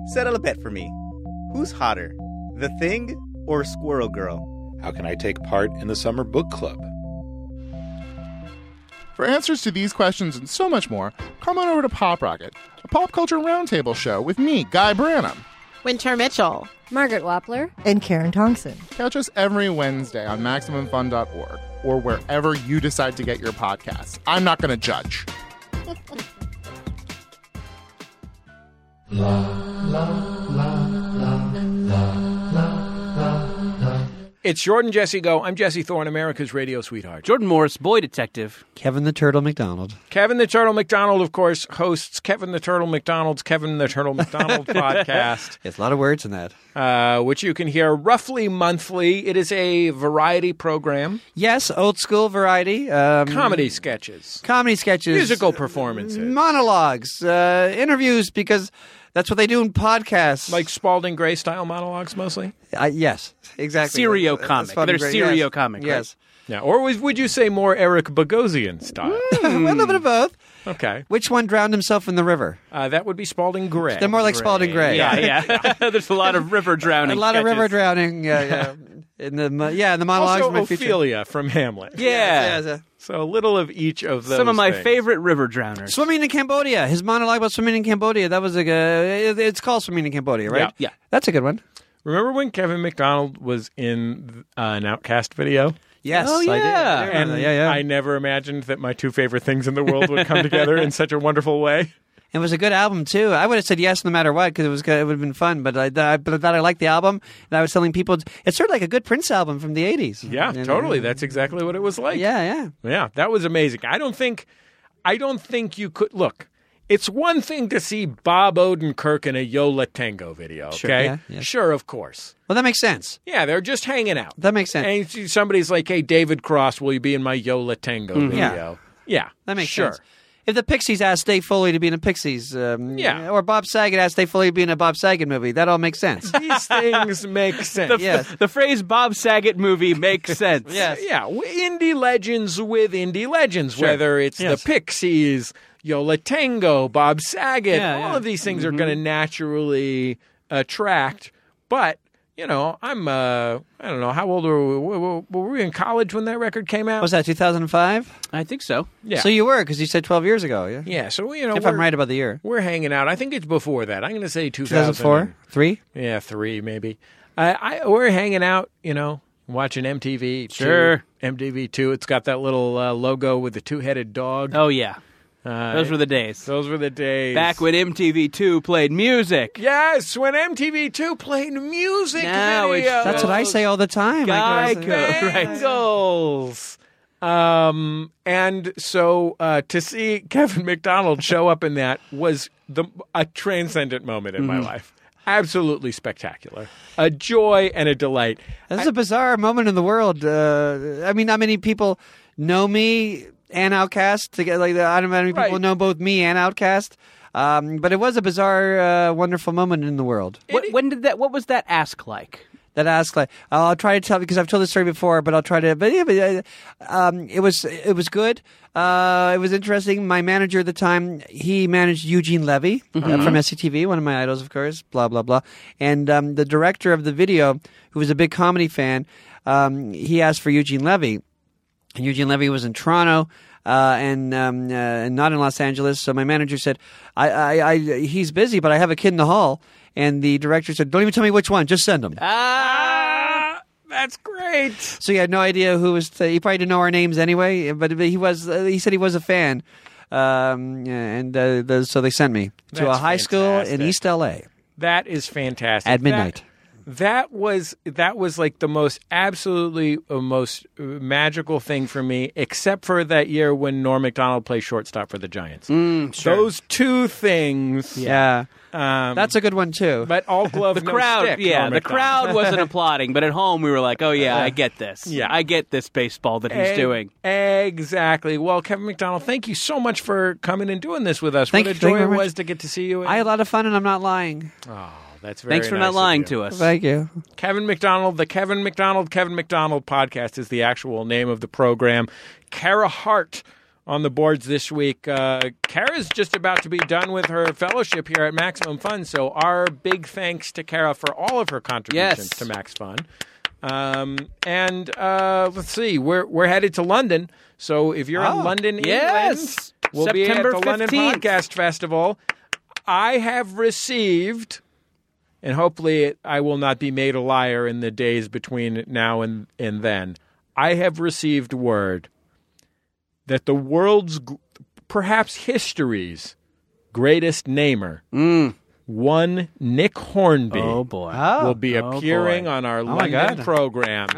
Settle a bet for me. Who's hotter, The Thing or Squirrel Girl?
How can I take part in the summer book club?
For answers to these questions and so much more, come on over to Pop Rocket, a pop culture roundtable show with me, Guy Branum.
Winter Mitchell.
Margaret Wappler.
And Karen Thompson.
Catch us every Wednesday on MaximumFun.org or wherever you decide to get your podcasts. I'm not going to judge.
It's Jordan Jesse Go. I'm Jesse Thorne, America's radio sweetheart.
Jordan Morris, boy detective.
Kevin the Turtle McDonald.
Kevin the Turtle McDonald, of course, hosts Kevin the Turtle McDonald's Kevin the Turtle McDonald podcast.
It's a lot of words in that.
uh, which you can hear roughly monthly. It is a variety program,
Yes, old school variety. Um,
comedy sketches,
comedy sketches, uh,
musical performances,
monologues, uh, interviews, because that's what they do in podcasts.
like Spalding Gray style monologues mostly.
I- yes, exactly.
Serio
That's-
comic.
that's probably
They're
great.
serio
Yes.
comic, right?
Yes,
Yeah, or was, would you say more Eric Bogosian style?
a
Hmm.
little bit of both.
okay,
Which one drowned himself in the river?
uh, that would be Spalding Gray.
They're more like Spalding Gray.
Yeah, yeah. There's a lot of river drowning.
a lot of river
sketches.
drowning. Yeah, yeah. in the mo- yeah in the monologues.
Also
of my feature.
Ophelia from Hamlet.
Yeah. Yes, yes, yes.
So a little of each of those.
Some of my
favorite river drowners.
Swimming in Cambodia. His monologue about swimming in Cambodia. That was a. good- it- It's called swimming in Cambodia, right?
Yeah.
That's a good one.
Remember when Kevin McDonald was in uh, an Outcast video?
Yes, Oh, I did. I yeah. remember
and
that. Yeah, yeah.
I never imagined that my two favorite things in the world would come together in such a wonderful way.
It was a good album too. I would have said yes no matter what because it was good. it would have been fun. But I, I but I thought I liked the album, and I was telling people it's sort of like a good Prince album from the eighties.
Yeah, totally. That's exactly what it was like.
Yeah, yeah.
Yeah, that was amazing. I don't think I don't think you could look. It's one thing to see Bob Odenkirk in a Yola Tango video, okay?
Sure, yeah, yeah.
Sure, of course.
Well, that makes sense.
Yeah, they're just hanging out.
That makes sense.
And you see somebody's like, "Hey, David Cross, will you be in my Yola Tango
Mhm. Yeah.
video?" Yeah,
That makes
sure.
sense. If the Pixies asked Dave Foley to be in the Pixies, um,
Yeah.
or Bob Saget asked Dave Foley to be in a Bob Saget movie, that all makes sense.
These things make sense.
The, the phrase Bob Saget movie makes sense.
Yeah, w- indie legends with indie legends,
Sure.
whether it's
Yes.
the Pixies, Yola Tango, Bob Saget,
Yeah,
all
yeah. Mm-hmm.
of these things are going to naturally attract. But, you know, I'm, uh, I don't know, how old were we? Were were- were we in college when that record came out?
was that 2005?
I think so.
Yeah.
So you were because you said 12 years ago. Yeah.
Yeah, so, you know,
if I'm
we're-
right about the year,
We're hanging out. I think it's before that. I'm going to say 2000.
2004, three.
Yeah, three maybe. I, I we're hanging out, you know, watching MTV. two-
Sure.
MTV two. It's got that little uh, logo with the two headed dog.
Oh yeah.
Uh,
Those were the days.
Those were the days.
Back when MTV2 played music.
Yes, when MTV two played music
Now it's
videos.
That's what I say all the time. I guess.
Bengals. Um, and so uh, to see Kevin McDonald show up in that was the a transcendent moment in my
Mm-hmm.
Mhm.
life. Absolutely spectacular. A joy and a delight.
That's a bizarre moment in the world. Uh, I mean, not many people know me and Outcast. Together, like I don't know how many people
Right.
know both me and Outcast. Um, but it was a bizarre, uh, wonderful moment in the world.
What, when did that? What was that ask like?
That ask like I'll try to tell because I've told this story before, but I'll try to. But yeah, but, uh, um, it was it was good. Uh, it was interesting. My manager at the time, he managed Eugene Levy uh,
Mhm.
from SCTV, one of my idols, of course. Blah blah blah. And um, the director of the video, who was a big comedy fan, um, he asked for Eugene Levy, and Eugene Levy was in Toronto uh, and um, uh, and not in Los Angeles. So my manager said, I, I, I, he's busy, but I have a kid in the hall. And the director said, Don't even tell me which one, just send him.
Ah,
Ah!
That's great.
So he had no idea who was. he probably didn't know our names anyway. But but he was. uh, he said he was a fan, um, and uh, the, so they sent me to a
That's
high school in
fantastic.
East L.A.
That is fantastic.
At midnight.
That, that was that was like the most absolutely uh, most uh, magical thing for me, except for that year when Norm Macdonald played shortstop for the Giants.
sure.
Those two things,
Yeah.
um,
That's a good one too.
But all glove,
The
no
crowd,
stick,
yeah,
Norm
the
Macdonald.
crowd wasn't applauding, but at home we were like, "Oh yeah, I get this. Yeah, I get this baseball that he's
Ex-
doing."
exactly. Well, Kevin McDonald, thank you so much for coming and doing this with us.
Thank
what
you-
a
thank you
joy it
very much.
was to get to see you.
I had a lot of fun, and I'm not lying.
oh, that's very
Thanks for
nice
not
of
lying
you.
to us.
Thank you.
Kevin McDonald, the Kevin McDonald, Kevin McDonald podcast is the actual name of the program. Kara Hart on the boards this week. Uh, Kara's just about to be done with her fellowship here at Maximum Fun, so our big thanks to Kara for all of her contributions
Yes.
to Max Fun. Um, and uh, let's see, we're we're headed to London, so if you're
Oh,
in London,
yes.
England, we'll
September
be at the London
15th.
Podcast Festival. I have received and hopefully it, I will not be made a liar in the days between now and, and then. I have received word that the world's, gr- perhaps history's, greatest namer,
Mm.
one Nick Hornby,
Oh, boy.
will be
Oh,
appearing
boy.
on our
Oh, my
London
God.
program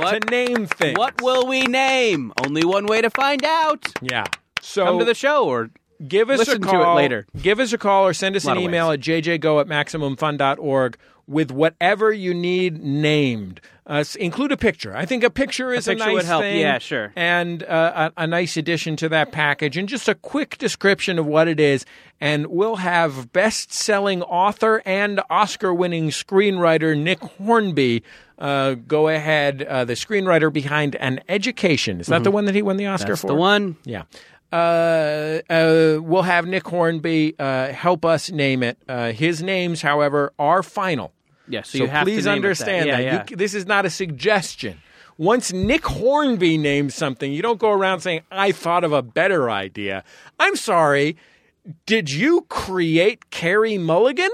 What-
to name things.
What will we name? Only one way to find out.
Yeah. So
Come to the show or
give us
listen
a
to
call
it later.
Give us a call or send us
Lot
an
of
email at jjgo at maximumfun.org with whatever you need named. Uh, s- include a picture. I think a picture is a,
picture
nice
would help.
thing.
Yeah, sure.
And uh, a, a nice addition to that package, and just a quick description of what it is. And we'll have best-selling author and Oscar-winning screenwriter Nick Hornby. Uh, go ahead, uh, the screenwriter behind An Education. Is that the one that he won the Oscar
Mm-hmm. That's
for?
the one.
Yeah. Uh, uh, we'll have Nick Hornby uh, help us name it. Uh, his names, however, are final.
Yeah, so you have to
please
name it that.
understand
Yeah,
that.
yeah.
You- this is not a suggestion. Once Nick Hornby names something, you don't go around saying, I thought of a better idea. I'm sorry. Did you create Carrie Mulligan?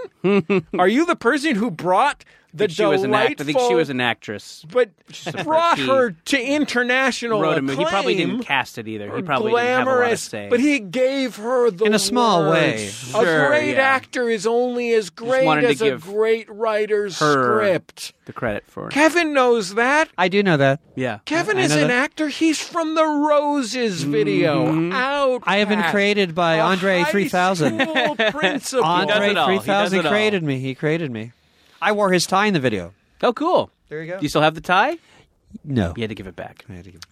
Are you the person who brought the
I think she was an act- I think she
delightful-
was an actress.
but
a pretty-
brought her to international
Wrote a movie. He probably
acclaim.
didn't cast it either. He
Or
probably didn't have a lot of
glamorous,
say.
But he gave her the
In a small
words.
way.
a
Sure,
great
yeah.
actor is only as great
wanted to
as a
give
great writer's
her
script.
the credit for it.
Kevin knows that.
I do know that.
Yeah.
Kevin
I- I
is
know
an
that.
actor. He's from the Roses video.
Mhm.
Out.
I have been created by Andre 3000.
principal.
Andre 3000 created me. He created me. I wore his tie in the video.
Oh, cool.
There you go.
Do you still have the tie?
No.
You had to give it back.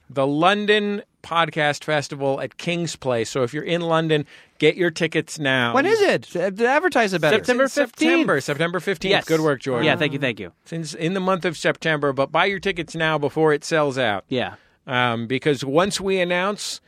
the London Podcast Festival at King's Place. So if you're in London, get your tickets now.
When is it? Uh, Advertise it better.
September September, September 15th.
Yes.
Good work, George.
Yeah, thank you, thank you.
It's in, in the month of September, but buy your tickets now before it sells out.
Yeah.
Um, because once we announce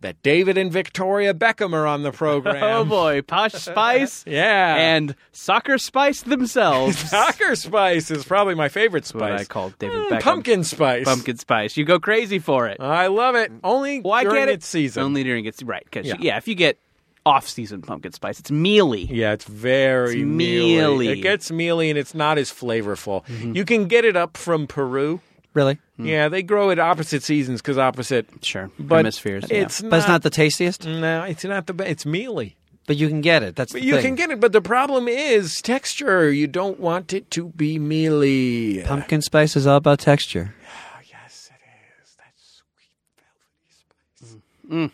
that David and Victoria Beckham are on the program,
Oh boy, Posh Spice.
Yeah.
And Soccer Spice themselves.
Soccer Spice is probably my favorite spice.
I called David
Mm,
Beckham.
Pumpkin Spice.
Pumpkin Spice. You go crazy for it.
I love it. Only
Why
Uh, during
can't it?
its season.
Only during its right. Because
Yeah.
yeah. if you get off-season pumpkin spice, it's mealy.
Yeah, it's very
It's
mealy.
mealy. Mm-hmm.
It gets mealy and it's not as flavorful. You can get it up from Peru.
Really?
Mm.
Yeah, they grow it opposite seasons because opposite.
Sure,
but
hemispheres, yeah.
It's
But it's not the tastiest?
No, it's not the best. It's mealy.
But you can get it. That's
Mm. But
the
you
thing.
can get it. But the problem is texture. You don't want it to be mealy.
Pumpkin spice is all about texture.
Mm.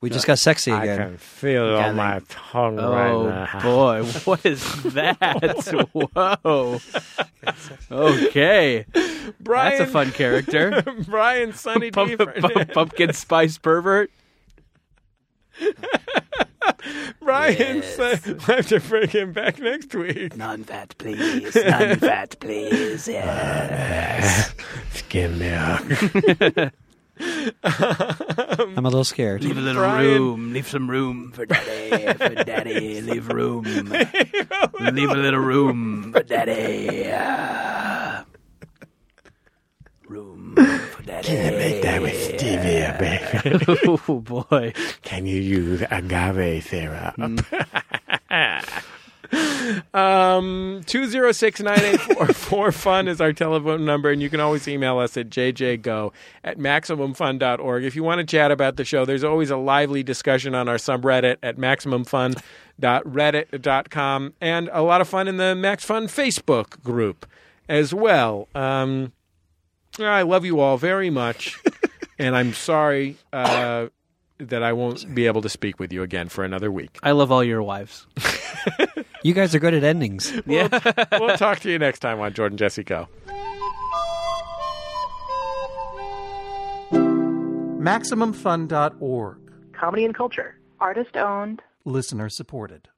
We just got sexy
I
again.
can feel it on my tongue
Oh
right now.
boy, what is that? Whoa. Okay.
Brian,
That's a fun character.
Brian Sunny D.
Pump, pump, pumpkin spice pervert.
Brian, Sun- we'll have to bring him back next week.
Non fat, please. Non fat, please. Yes.
Skim milk.
I'm a little scared.
Leave a little
Brian.
room. Leave some room for daddy. For daddy. Leave room. Leave a little room for daddy. Ah. Room for daddy. Can
Make that with stevia, baby.
oh boy.
Can you use agave syrup? um, 206-984-4FUN is our telephone number, and you can always email us at jjgo at maximumfun.org. If you want to chat about the show, there's always a lively discussion on our subreddit at maximumfun.reddit.com and a lot of fun in the Max Fun Facebook group as well. Um, I love you all very much, and I'm sorry uh, that I won't be able to speak with you again for another week.
I love all your wives.
You guys are good at endings.
we'll talk to you next time on Jordan Jesse Go.
MaximumFun.org.
Comedy and culture.
Artist owned.
Listener supported.